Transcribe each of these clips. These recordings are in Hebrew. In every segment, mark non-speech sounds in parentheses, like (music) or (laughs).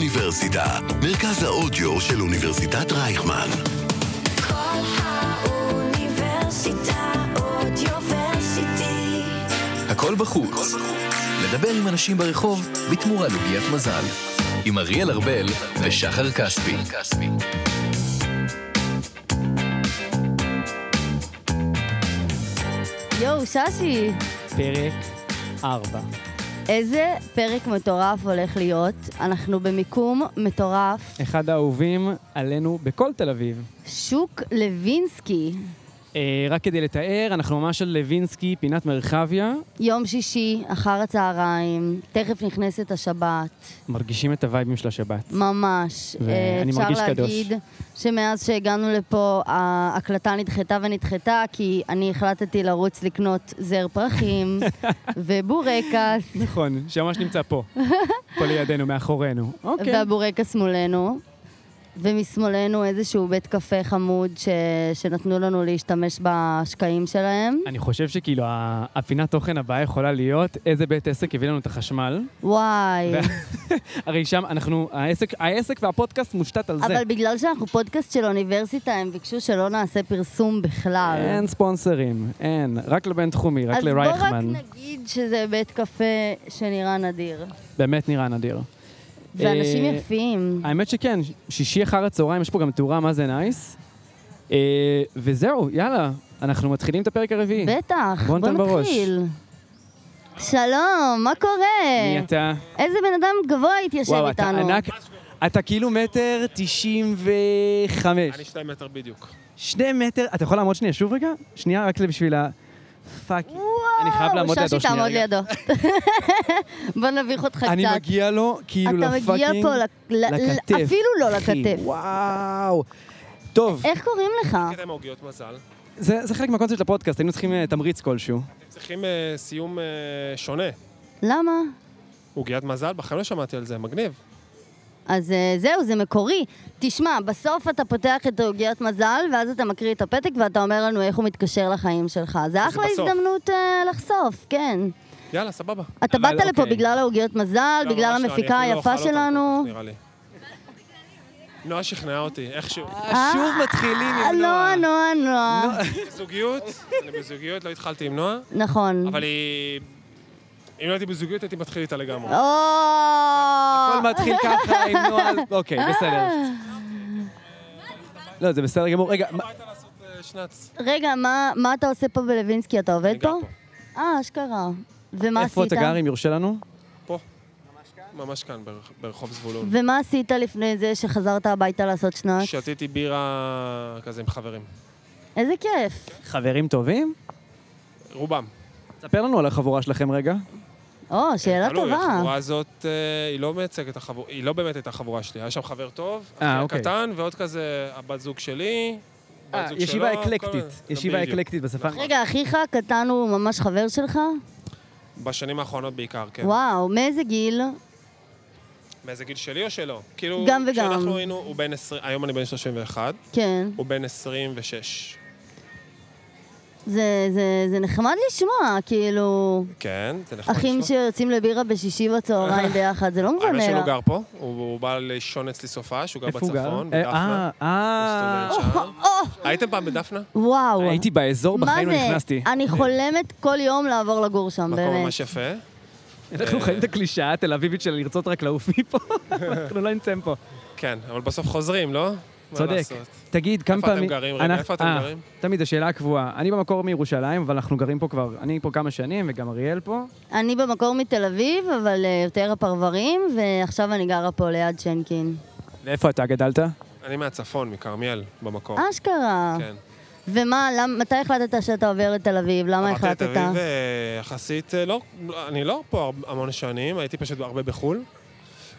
האוניברסיטה, מרכז האודיו של אוניברסיטת רייכמן. כל האוניברסיטה אודיוורסיטי. הכל בחוץ. לדבר עם אנשים ברחוב בתמורה לעוגיית מזל. עם אריאל ארבל ושחר כספי. יואו, ששי, פרק 4. איזה פרק מטורף הולך להיות. אנחנו במיקום מטורף. אחד האהובים עלינו בכל תל אביב. שוק לוינסקי, אה, רק כדי לתאר, אנחנו ממש על לוינסקי, פינת מרחביה, יום שישי, אחר הצהריים, תכף נכנסת השבת, מרגישים את הווייבים של השבת. ממש. ואני אה, מרגיש אפשר קדוש. להגיד שמאז שהגענו לפה, ההקלטה נדחתה ונדחתה, כי אני החלטתי לרוץ לקנות זר (laughs) פרחים ובורקס, (laughs) נכון, שממש נמצא פה. פה לידינו, מאחורינו. אוקיי. והבורקס מולנו. ומשמאלנו איזשהו בית קפה חמוד ש... שנתנו לנו להשתמש בשקעים שלהם. אני חושב שכאילו ה- הפינת תוכן הבאה יכולה להיות איזה בית עסק הביא לנו את החשמל. וואי. (laughs) הרי שם אנחנו, העסק, העסק והפודקאסט מושתת על זה. אבל בגלל שאנחנו פודקאסט של אוניברסיטה, הם ביקשו שלא נעשה פרסום בכלל. אין ספונסרים, אין. רק לבינתחומי, רק אז בוא רק לרייכמן. אה, נגיד שזה בית קפה שנראה נדיר. באמת נראה נדיר. ואנשים אה, יפים. האמת שכן, שישי אחר הצהריים, יש פה גם תאורה מה זה נייס. אה, וזהו, יאללה, אנחנו מתחילים את הפרק הרביעי. בטח, בוא בוא ניתן בראש. נתחיל. שלום, מה מי קורה? אתה? איזה בן אדם גבוה התיישב וואו, אתה אה, איתנו. ענק. אתה כאילו מטר תשעים וחמש. אני שתיים מטר בדיוק. שני מטר, אתה יכול לעמוד שנייה שוב רגע? שנייה, רק בשביל ה... פאק. אני חייב וואו, לעמוד לידו ששי שנייה. תעמוד רגע. לידו. (laughs) בוא נביך אותך אני קצת. מגיע לו כאילו אתה לפאקינג... מגיע פה ל- ל- לכתף. אפילו לא אחי, לכתף. וואו. טוב, איך קוראים לך? קטע עם העוגיות מזל. זה זה חלק מהקונספט של הפודקאסט, היינו צריכים אה, תמריץ כלשהו. אתם צריכים אה, סיום אה, שונה. למה? עוגיית מזל? בחיים לא שמעתי על זה, מגניב. אז אה, זהו, זה מקורי. תשמע, בסוף אתה פותח את עוגיית מזל, ואז אתה מקריא את הפתק ואתה אומר לנו איך הוא מתקשר לחיים שלך. זה אחלה בסוף. הזדמנות אה, לחשוף, כן. יאללה, סבבה. אתה אבל באת לפה אוקיי. בגלל העוגיות מזל, לא, בגלל ממש לא, המפיקה אני אפילו לא היפה אוכל אותם שלנו. כל כך, נראה לי. נועה שכנעה אותי, איכשהו. שוב מתחילים אה, עם נועה. נועה, נועה, נועה. בזוגיות, אני בזוגיות, לא התחלתי עם נועה, נכון. אבל היא... אם לא הייתי בזוגיות, הייתי מתחיל איתה לגמרי. או, הכל מתחיל ככה עם נוהל. אוקיי, בסדר. לא, זה בסדר גמור. רגע, מה- הביתה לעשות אה, שנץ. רגע, מה- מה אתה עושה פה בלווינסקי? אתה עובד אני גר פה? אה, אשכרה. ומה עשית? איפה אתה גר, אם יורשה לנו? פה. פה. ממש כאן, ברח- ברחוב זבולון. ומה עשית לפני זה שחזרת הביתה לעשות שנת? שתיתי בירה כזה עם חברים. איזה כיף. חברים טובים? רובם. ספר לנו על החבורה שלכם רגע. או, שאלה תלוי, טובה. החבורה הזאת, אה, היא לא מייצגת את החבורה, היא לא באמת הייתה חבורה שלי. היה שם חבר טוב, אה, אחי אוקיי. הקטן, ועוד כזה, הבת זוג שלי, בת אה, זוג שלו. ישיבה כל אקלקטית. מיני- ישיבה בדיוק. נכון. אקלקטית בשפה. רגע, אחיך הקטן הוא ממש חבר שלך? בשנים האחרונות בעיקר, כן. וואו, מאיזה גיל? מאיזה גיל שלי או שלו? כאילו, גם וגם. כשאנחנו היינו, הוא בן 20, היום אני בן 31, כן. הוא בן 26. זה, זה, זה נחמד לשמוע, כאילו, כן, זה נחמד. אחים לשמוע. שיוצאים לבירה בשישי (laughs) בצהריים ביחד, זה לא האמת מבנה. שלו גר פה, הוא- הוא בא לישון אצלי סופש, הוא גר איפה הוא גר? בצפון, אה, אה, בדפנה. אה. הוא מסתובב שם. הייתם פעם בדפנה? וואו. הייתי באזור, מה בחיים לא זה? נכנסתי. אני חולמת כל יום לעבור לגור שם, כן. מקום באמת. ממש יפה. אה, אנחנו חיים את הקלישאה התל אביבית של לרצות רק לעוף מפה. אנחנו לא נמצאים פה. כן, אבל בסוף חוזרים, לא? מה צודק. לעשות? תגיד, כמה איפה אתם פעמים... גרים? רגע, אנחנו- איפה אתם אה, גרים? תמיד, השאלה הקבועה. אני במקור מירושלים, אבל אנחנו גרים פה כבר... אני פה כמה שנים, וגם אריאל פה. אני במקור מתל אביב, אבל אה, יותר הפרברים, ועכשיו אני גרה פה ליד שיינקין. ואיפה אתה גדלת? אני מהצפון, מכרמיאל, במקור. אשכרה. כן. ומה, למ- מתי החלטת שאתה עובר לתל אביב? למה עברתי לתל החלטת? אביב אה, יחסית, אה, לא, אני לא פה הר- המון שנים, הייתי פשוט הרבה בחו"ל.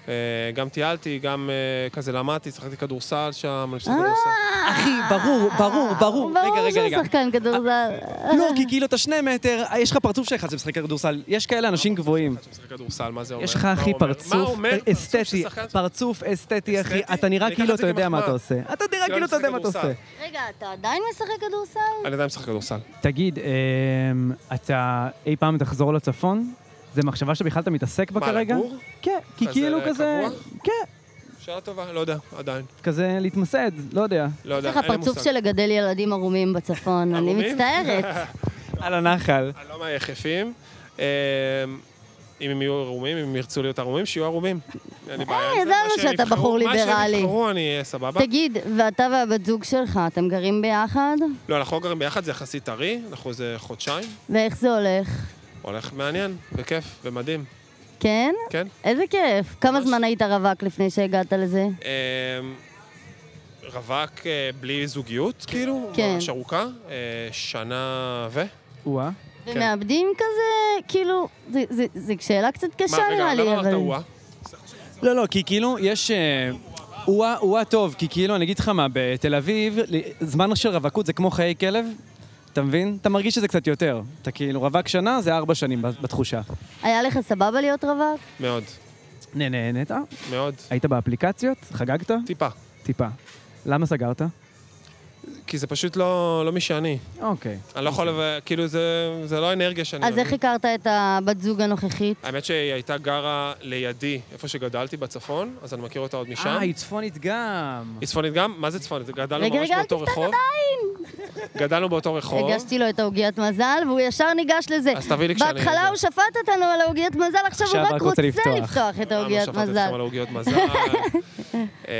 אה, גם טיילתי, גם אה, כזה למדתי, שיחקתי כדורסל שם, אני חושב כדורסל. אחי, ברור, ברור, ברור. רגע, ברור רגע, רגע. שהוא שחקן כדורזל. לא, כי כאילו אתה שני מטר, יש לך פרצוף של אחד שמשחק כדורסל. יש כאלה אנשים גבוהים. אתה משחק כדורסל, מה זה אומר? יש לך, מה הוא אחי, אומר? מה הוא פרצוף אומר? פרצוף אסתטי. של שחקן? פרצוף אסתטי, אחי. אסתטי? אתה נראה אני כאילו אקח את אתה זה יודע מה אתה כמחמאה. עושה. אתה נראה לא כאילו אתה יודע מה אתה משחק עושה. רגע, אתה עדיין משחק כדורסל? אני עדיין משחק כדורסל. תגיד, אמ, אתה אי פעם תחזור לצפון? זו מחשבה שבכלל אתה מתעסק בה מה, כרגע? לגור? כן, כי כזה כאילו כזה... קבוע? כן. שאלה טובה, לא יודע, עדיין. כזה להתמסד, לא יודע. לא יש יודע, לך אין לי פרצוף מושג. של לגדל ילדים ערומים בצפון, אני ערומים? מצטערת. (laughs) על הנחל. אני לא מהיחפים. אה, אם הם יהיו ערומים, אם הם ירצו להיות ערומים, שיהיו ערומים. אין לי בעיה עם זה. ידענו מה שהם אה, לא, שאתה יבחרו- בחור מה שהם ליברלי. יבחרו, אני אהיה (laughs) סבבה. תגיד, ואתה והבת זוג שלך, אתם גרים ביחד? לא, אנחנו לא גרים ביחד, זה יחסית טרי, אנחנו איזה חודשיים. ואיך זה הולך? הולך מעניין, וכיף, ומדהים, כן? כן? איזה כיף. כמה ממש. זמן היית רווק לפני שהגעת לזה? אה, רווק אה, בלי זוגיות, כאילו, כן. ממש ארוכה, אה, שנה ו... או-אה. כן. ומאבדים כזה, כאילו, זה- זה- זה שאלה קצת קשה מה, נראה רגע, לי, למה אבל... אמרת וואה? לא, לא, כי כאילו, יש... אה, הוא-אה הוא-אה טוב, כי כאילו, אני אגיד לך מה, בתל אביב, ל- זמן של רווקות זה כמו חיי כלב, אתה מבין? אתה מרגיש שזה קצת יותר. אתה כאילו רווק שנה, זה ארבע שנים ב- בתחושה. היה לך סבבה להיות רווק? מאוד, נה, נהנית? מאוד. היית באפליקציות? חגגת? טיפה. טיפה. למה סגרת? כי זה פשוט לא, לא מי שאני. אוקיי. אני לא יכול, לב- כאילו, זה, זה לא האנרגיה שאני... אז איך הכרת את הבת זוג הנוכחית? האמת שהיא הייתה גרה לידי, איפה שגדלתי, בצפון, אז אני מכיר אותה עוד משם. אה, היא צפונית גם. היא צפונית גם? מה זה צפונית? גדלנו רגע, ממש רגע, אל באותו תפתח רחוב. גדלנו באותו רחוב. הגשתי לו את העוגיית מזל, והוא ישר ניגש לזה. נכון. אז תביא לי כשאני- בהתחלה הוא שפט אותנו על העוגיית מזל, עכשיו הוא רק רוצה לפתוח את אה, לא העוגיית שפטתי מזל. אתכם על (laughs) העוגיות מזל. אה,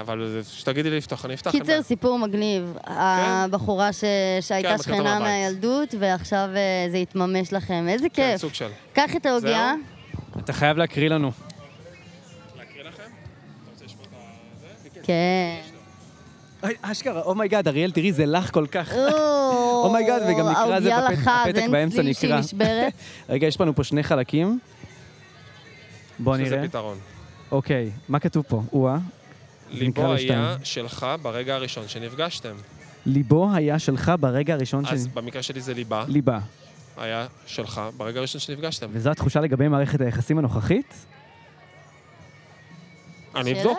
אבל שתגידי לי לפתוח, אני אפתח. אין קיצר, סיפור מגניב. הבחורה ש- כן, שהייתה מכיר אותה שכנה מהבית. מהילדות, ועכשיו אה, זה התממש לכם. איזה בעיה. כן, כיף. סוג של. קח את העוגיה. זהו? אתה חייב להקריא לנו. כן. אוי, אשכרה, אומייגאד, אריאל, תראי, זה לך כל כך. אומייגאד, אומייגאד, וגם נקרא זה בפת- הפתק באמצע אין צליל שהיא נקרא. נשברת. (laughs) רגע, יש לנו פה שני חלקים. בוא שזה נראה. פתרון. אוקיי, מה כתוב פה? או-אה. נקרא ליבו לו היה שתיים. שלך ברגע הראשון שנפגשתם. ליבו היה שלך ברגע הראשון אז שלי. במקרה שלי זה ליבה, ליבה. היה שלך ברגע הראשון שנפגשתם. וזו התחושה לגבי מערכת היחסים הנוכחית? אני קשה אבדוק.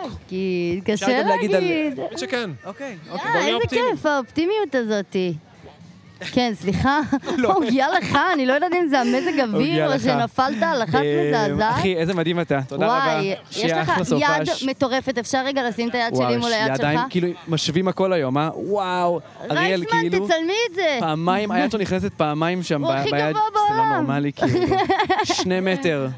גם להגיד, קשה להגיד על- להגיד. האמת שכן. אוקיי. אה, בוא נהיה איזה אופטימיים. כיף, האופטימיות (laughs) הזאתי. כן, סליחה, עוגיה לך, אני לא יודעת אם זה המזג עוגיה אוויר או לך. אה, שנפלת על אחת מזעזעת. אמ, אחי, איזה מדהים אתה. תודה רבה. וואי, יש שיהיה לך אחלה יד סופש. מטורפת, אפשר רגע לשים את היד שלי וואו, מול היד ידיים שלך? כאילו משווים הכל היום, אה? וואו. אריאל, רייסמן, כאילו... תצלמי את זה. פעמיים, היד שלו נכנסת פעמיים שם הוא ב- הכי ביד. גבוה זה לא בעולם. נורמלי, (laughs) כאילו. שני מטר.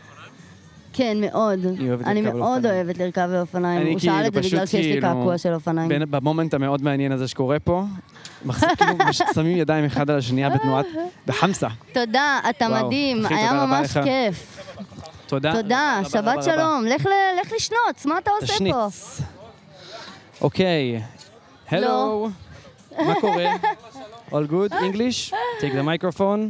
כן, מאוד. אוהבת אני לרכב על מאוד אופניים. אוהבת לרכב על אופניים. אני הוא שאל כאילו את זה פשוט בגלל שיש לי כאילו- קעקוע של אופניים. בין- במומנט המאוד מעניין הזה שקורה פה, מחזיק- כאילו, (laughs) מש- שמים ידיים אחד על השנייה בתנועת... בחמסה. תודה, אתה וואו, מדהים, אחי, היה תודה רבה ממש לך. כיף. תודה. תודה, רבה, רבה, שבת רבה. שלום. לך ל- לך לשנוץ, מה אתה עושה פה? תשניץ. אוקיי. הלו. לא. מה (laughs) קורה? All good? English? Take the microphone.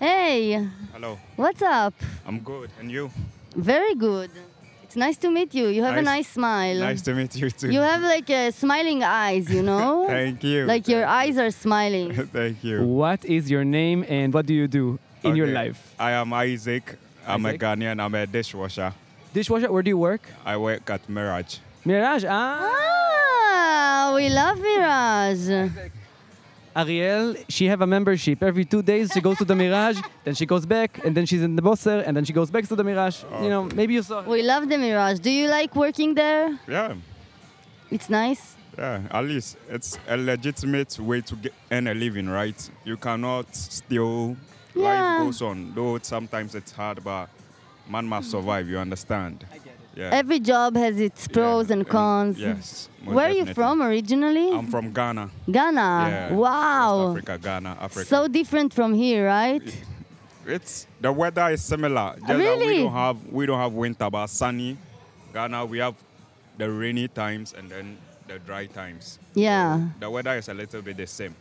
היי, Hello, what's up? I'm good. And you? Very good. It's nice to meet you. You have a Nice. nice smile. Nice to meet you too. You have like a smiling eyes, you know? (laughs) Thank you. (laughs) Like your eyes are smiling. (laughs) Thank you. What is your name and what do you do in your Okay. life? I am Isaac. I'm Isaac? a Ghanaian. I'm a dishwasher. Dishwasher, where do you work? I work at Mirage. מיראז', אה? Ah, we love Mirage. Ariel, she have a membership. Every two days she goes to the Mirage, then she goes back, and then she's in the Bosser, and then she goes back to the Mirage. Oh. You know, maybe you saw. We love the Mirage. Do you like working there? Yeah, It's nice. yeah. At least it's a legitimate way to get earn a living, right? You cannot steal. Yeah. Life goes on. Though sometimes it's hard, but man must survive. You understand? Yeah. Every job has its Yeah, pros and cons. Yes. most Where are you definitely. from originally? I'm from Ghana. Ghana. Yeah. West Wow. Africa, Ghana, Africa. So different from here, right? It's the weather is similar. Just that really? we don't have we don't have winter, but sunny. Ghana we have the rainy times and then the dry times. Yeah. The weather is a little bit the same.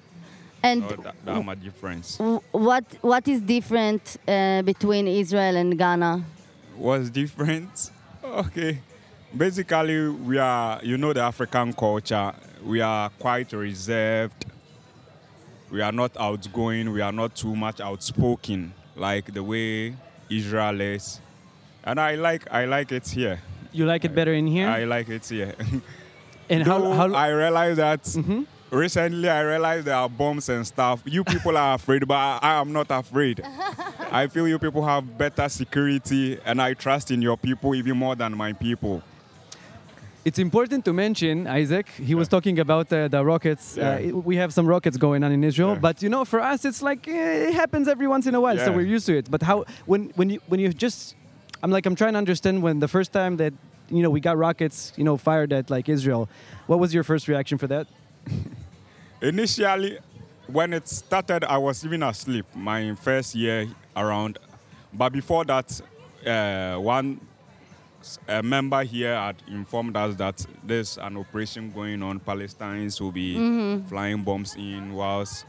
And So that, that much difference. w- what what is different uh, between Israel and Ghana? What's different? (laughs) Okay. Basically, we are you know the African culture. We are quite reserved. We are not outgoing. We are not too much outspoken like the way Israel is. And I like I like it here. You like it better in here? I like it here. (laughs) and how, Though how Mm-hmm. I realized that recently I realized there are bombs and stuff. You people are afraid, but I, I am not afraid. I feel you people have better security and I trust in your people even more than my people. It's important to mention, Isaac, he was talking about uh, the rockets. Yeah. Uh, we have some rockets going on in Israel, Yeah. but you know, for us, it's like eh, it happens every once in a while, so Yeah. we're used to it. But how when when you when you just, I'm like I'm trying to understand when the first time that you know we got rockets, you know, fired at like Israel. What was your first reaction for that? Initially, when it started, I was even asleep. My first year around, but before that, uh, one s- a member here had informed us that there's an operation going on. Palestinians will be flying bombs in, whilst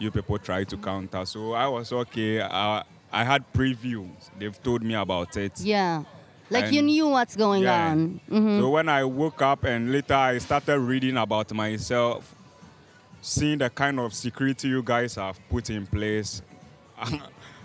you people try to counter. So I was okay. I, I had previews. They've told me about it. Yeah. Like you And- knew what's going Yeah. on. Mhm. So when I woke up and later I started reading about myself, seeing the kind of security you guys have put in place, (laughs)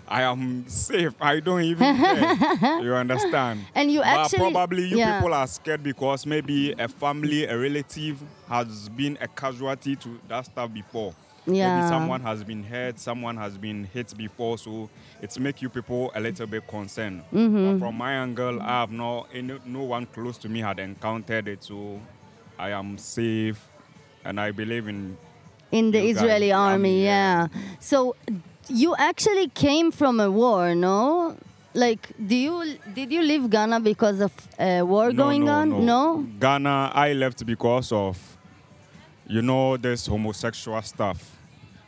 I am safe. I don't even (laughs) care. you understand? And you but actually- probably you yeah. people are scared because maybe a family, a relative has been a casualty to that stuff before. Maybe Yeah. someone has been hurt, someone has been hit before, so it's make you people a little bit concerned. Mm-hmm. But from my angle, I have no any, no one close to me had encountered it, so I am safe, and I believe in In the You guys- Israeli army, army, yeah. yeah. So you actually came from a war, no? Like, do you did you leave Ghana because of a war going on? Ghana, I left because of, you know, this homosexual stuff.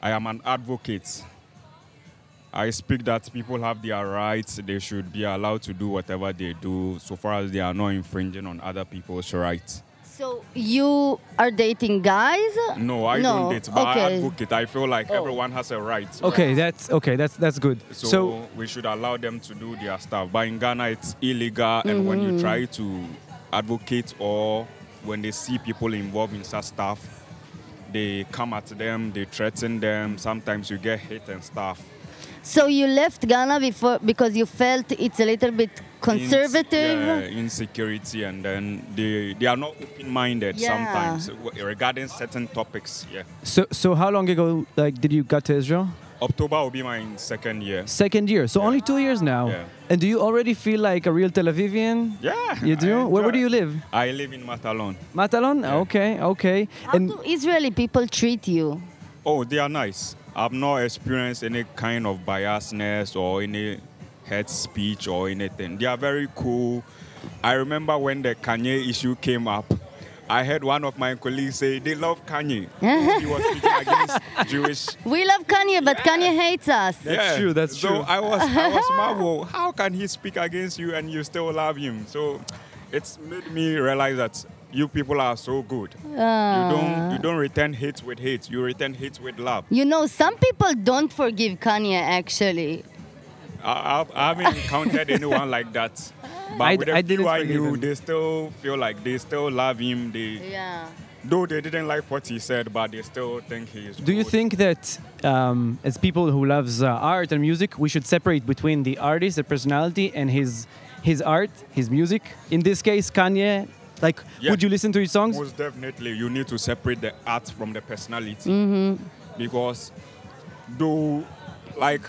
I am an advocate. I speak that people have their rights. They should be allowed to do whatever they do, so far as they are not infringing on other people's rights. So you are dating guys? No, I No, don't date, but I okay. Oh. advocate. I feel like everyone has a right. Okay, that's okay. That's that's good. So, so we should allow them to do their stuff. But in Ghana, it's illegal, and when Mm-hmm. you try to advocate or when they see people involved in such stuff, they come at them, they threaten them. Sometimes you get hit and stuff. So you left Ghana before because you felt it's a little bit Ins- conservative. yeah, insecurity, and then they they are not open-minded Yeah. sometimes w- regarding certain topics. Yeah, so so how long ago like did you got to Israel? October will be my second year. Second year, so only two years now. Yeah. And do you already feel like a real Tel Avivian? Yeah, You do? I Where, where enjoy do you it. live? I live in Matalon. Matalon? Okay, okay. How do Israeli people treat you? Oh, they are nice. I've not experienced any kind of biasness or any hate speech or anything. They are very cool. I remember when the Kanye issue came up, I heard one of my colleagues say they love Kanye. he was speaking against Jewish. We love Kanye, but Kanye hates us. That's Yeah. true, that's so true. I was, I was marvel. How can he speak against you and you still love him? So, it's made me realize that you people are so good. You don't, you don't return hate with hate. You return hate with love. You know, some people don't forgive Kanye actually. I, I've- I haven't encountered anyone like that. But I- with the I few didn't I forgive knew, him. they still feel like they still love him. They Yeah. though they didn't like what he said, but they still think he is. Do you good. think that um, as people who loves uh, art and music, we should separate between the artist, the personality, and his his art, his music? In this case, Kanye. Like, Yeah. would you listen to his songs? Most definitely, you need to separate the art from the personality. Mm-hmm. Because though, like,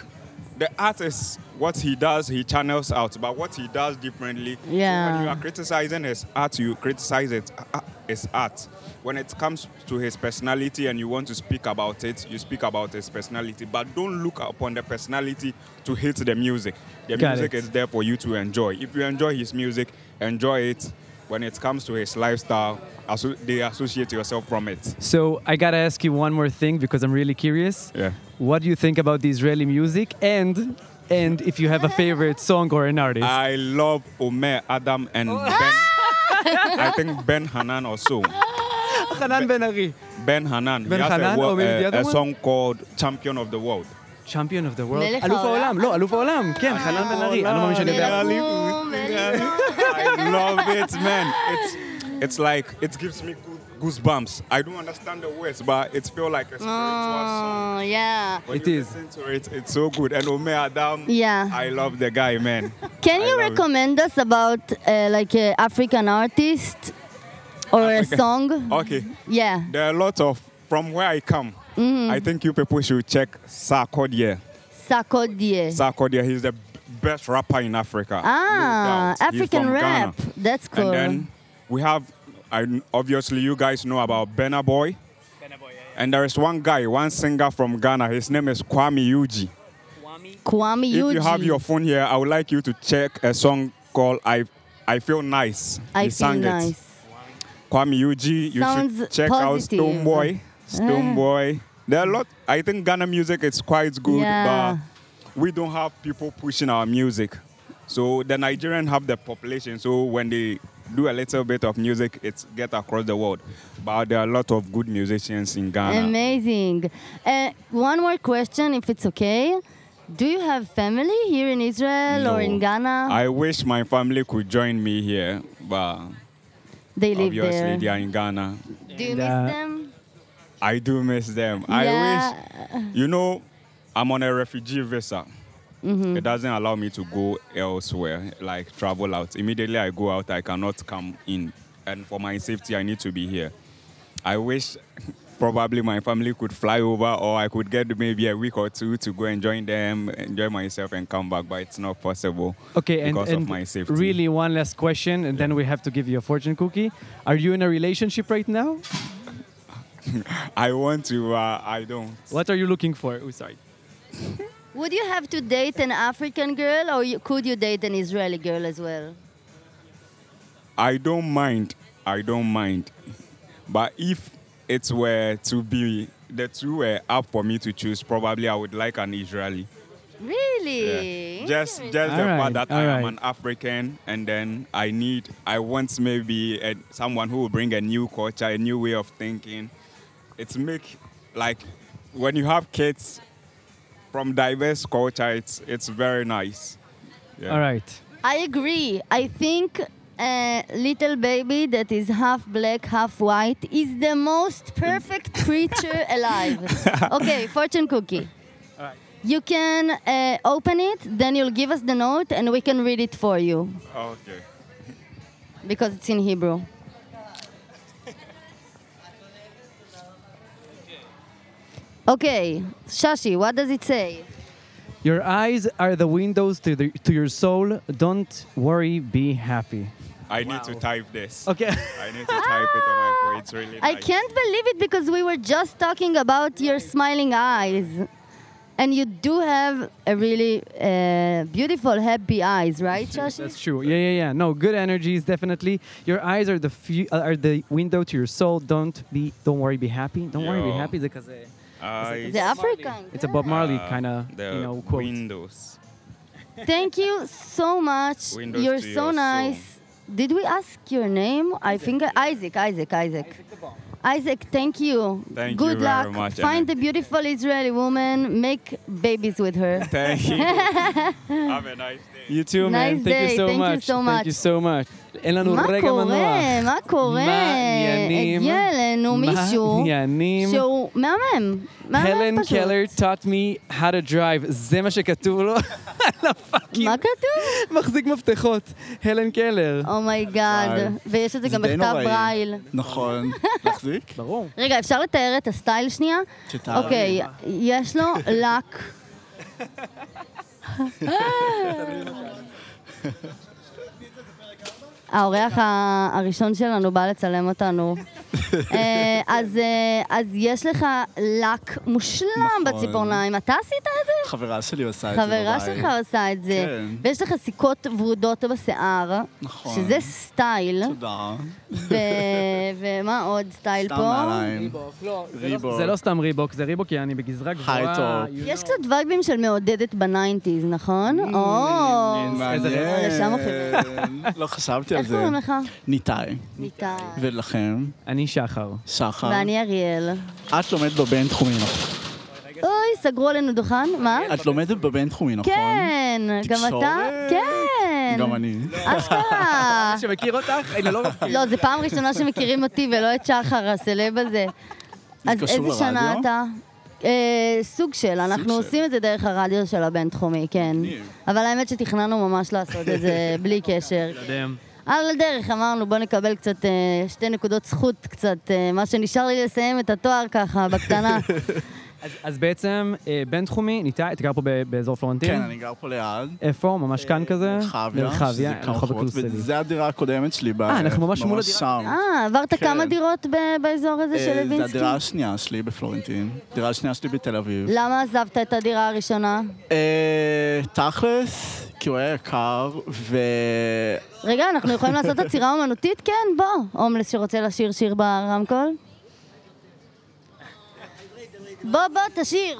the art is what he does, he channels out, but what he does differently. so when Yeah. you are criticizing his art, you criticize it, uh, his art. When it comes to his personality and you want to speak about it, you speak about his personality. But don't look upon the personality to hate the music. The Got music it. is there for you to enjoy. If you enjoy his music, enjoy it. When it comes to his lifestyle, asso- they associate yourself from it. So I gotta ask you one more thing because I'm really curious. Yeah. What do you think about the Israeli music? And and if you have a favorite song or an artist? I love Omer, Adam, and Oh. Ben. I think Ben Hanan or so. Hanan Ben Ari, Ben Hanan. Ben he has Hanan, a, wo- or maybe the a- other a one? song called Champion of the World. Ah, champion of the world. מלך אלוף העולם, העולם. לא, אלוף העולם, כן, חנן בן ארי, אני לא מאמין שאני יודע. מלך העולם. I love it, man. It's it's like it gives me goo- goosebumps. I don't understand the words, but it feels Ah. like a spiritual song. Oh, yeah. When It you is. Listen to it. It's so good. And Omer Adam. Yeah. I love the guy, man. Can I you love it. recommend us about uh, like an African artist or a song? Okay. Yeah. Mm-hmm. There are a lot of from where I come. I think you people should check Sarkodie. Sakodie. Sarkodie, he's the best rapper in Africa. no Ah, doubt. He's African from rap. Ghana. That's cool. And then we have I obviously you guys know about Benna Boy. And there is one guy, one singer from Ghana. His name is Kwame Yuji. Kwame If Yuji. you have your phone here, I would like you to check a song called "I I Feel Nice." I he feel sang it. nice. Kwame Yuji. You Sounds should check positive. out Stone Boy. Ah. Stone Boy. There are a lot. I think Ghana music is quite good, Yeah. but we don't have people pushing our music. So the Nigerian have the population. So when they do a little bit of music, it's get across the world. But there are a lot of good musicians in Ghana. Amazing. Uh, one more question, if it's okay. Do you have family here in Israel or No. in Ghana? I wish my family could join me here, but they live obviously there. they are in Ghana. Do you miss And, uh, them? I do miss them. I wish yeah. You know, I'm on a refugee visa. It doesn't allow me to go elsewhere, like travel out. Immediately I go out, I cannot come in. And for my safety, I need to be here. I wish (laughs) probably my family could fly over or I could get maybe a week or two to go and join them, enjoy myself, and come back, but it's not possible Okay, and, because and of my safety. (laughs) really one last question, and then we have to give you a fortune cookie. Are you in a relationship right now? I want to, uh, I don't. What are you looking for? Oh, sorry. Would you have to date an African girl or you, could you date an Israeli girl as well? I don't mind. I don't mind. But if it were to be the two were up for me to choose, probably I would like an Israeli. Really? Just just Interesting. the All right, fact that all I am right. an African and then I need I want maybe a, someone who will bring a new culture, a new way of thinking. It's make like when you have kids from diverse culture, it's it's very nice. Yeah. All right. I agree. I think a little baby that is half black, half white is the most (laughs) perfect creature alive. Okay, fortune cookie. You can uh, open it, then you'll give us the note and we can read it for you Okay. because it's in Hebrew. Okay, Shashi, what does it say? Your eyes are the windows to, the, to your soul. Don't worry, be happy. I need to type this. Okay. I need to type it on my phone. It's really I nice. can't believe it because we were just talking about your smiling eyes. And you do have a really uh, beautiful, happy eyes, right, That's Shashi? true. Yeah, yeah, yeah. No, good energies definitely. Your eyes are the fu- uh, are the window to your soul. Don't be don't worry, be happy. Don't worry, be Yo. happy. It's like a- I The African. It's a Bob Marley Uh, kind of the you know quote. Windows. Thank you so much. Windows You're to so your nice. Did we ask your name? I think Isaac, Isaac, Isaac. Isaac, thank you. Thank Good you very luck. much, Find Anand. the beautiful Israeli woman. Make babies with her. Thank (laughs) you. Have a nice day. You too, Nice man. Thank day. you so Thank you much. so Thank you much. so much. אין לנו מה רגע קורה? מנוח. מה קורה? מעניינים? הגיע אלינו מה מישהו מעניינים? שהוא מהמם. מהמם הלן פשוט. קלר taught me how to drive, זה מה שכתוב לו, (laughs) מה כתוב? מחזיק מפתחות, הלן קלר. אומייגאד. Oh ויש את זה גם די בכתב נוראי. ברייל. (laughs) נכון. להחזיק? ברור. רגע, אפשר לתאר את הסטייל שנייה? שתארי. אוקיי, יש לו לק. האורח ה- הראשון שלנו בא לצלם אותנו. אה, אז, אה, אז יש לך לק מושלם נכון. בציפורניים. אתה עשית את זה? חברה שלי עושה את זה חברה בבית. שלך עושה את זה. כן. ויש לך סיכות ורודות בשיער. נכון. שזה סטייל. תודה. ו- ומה עוד סטייל פה? סתם נעליים. ריבוק. זה לא סתם ריבוק, זה ריבוק, יעני בגזרה גבוהה. טופ. you יש know. קצת וייבים של מעודדת בניינטיז, נכון? או, Mm, מעניין. לשם הולכים. לא חשבתי על איך זה. קוראים לך? ניתאי. ניתן. ולכם, אני שחר. שחר. ואני אריאל. את לומדת בבינתחומי, נכון? אוי, סגרו עלינו דוכן, מה? את לומדת בבינתחומי, נכון? כן, גם אתה? תקשורת? כן. גם אני. (laughs) אשכרה. שמכיר אותך? הנה, לא מכיר. לא, זו פעם ראשונה שמכירים אותי ולא את שחר, הסלב הזה. אז קשור איזה שנה לרדיו? אתה? אה, סוג של, אנחנו של. עושים את זה דרך הרדיו של הבינתחומי, כן. מגניב. אבל האמת שתכננו ממש לעשות את (laughs) זה בלי קשר. על הדרך אמרנו בוא נקבל קצת (laughs) אה, שתי נקודות זכות, קצת אה, מה שנשאר לי לסיים את התואר ככה, בקטנה. אז- אז בעצם, אה, בינתחומי, ניתאי, אתה גר פה ב- באזור פלורנטין? כן, אני גר פה ליד. אה, איפה? ממש כאן כזה? מרחביה, שזה רחוב קרחות, הקלוסלי. וזה הדירה הקודמת שלי בערב. אנחנו ממש מול הדירה. שם. אה, עברת כן. כמה דירות ב- באזור הזה של אה, זו לוינסקי? לא, הדירה השנייה שלי בפלורנטין. הדירה השנייה שלי בתל אביב. למה עזבת את הדירה הראשונה? אה, תכלס, כי הוא היה יקר, ו... רגע, אנחנו יכולים לעשות עצירה אומנותית? כן, בוא. הומלס שרוצה לשיר שיר ברמקול. בוא, בוא, תשיר.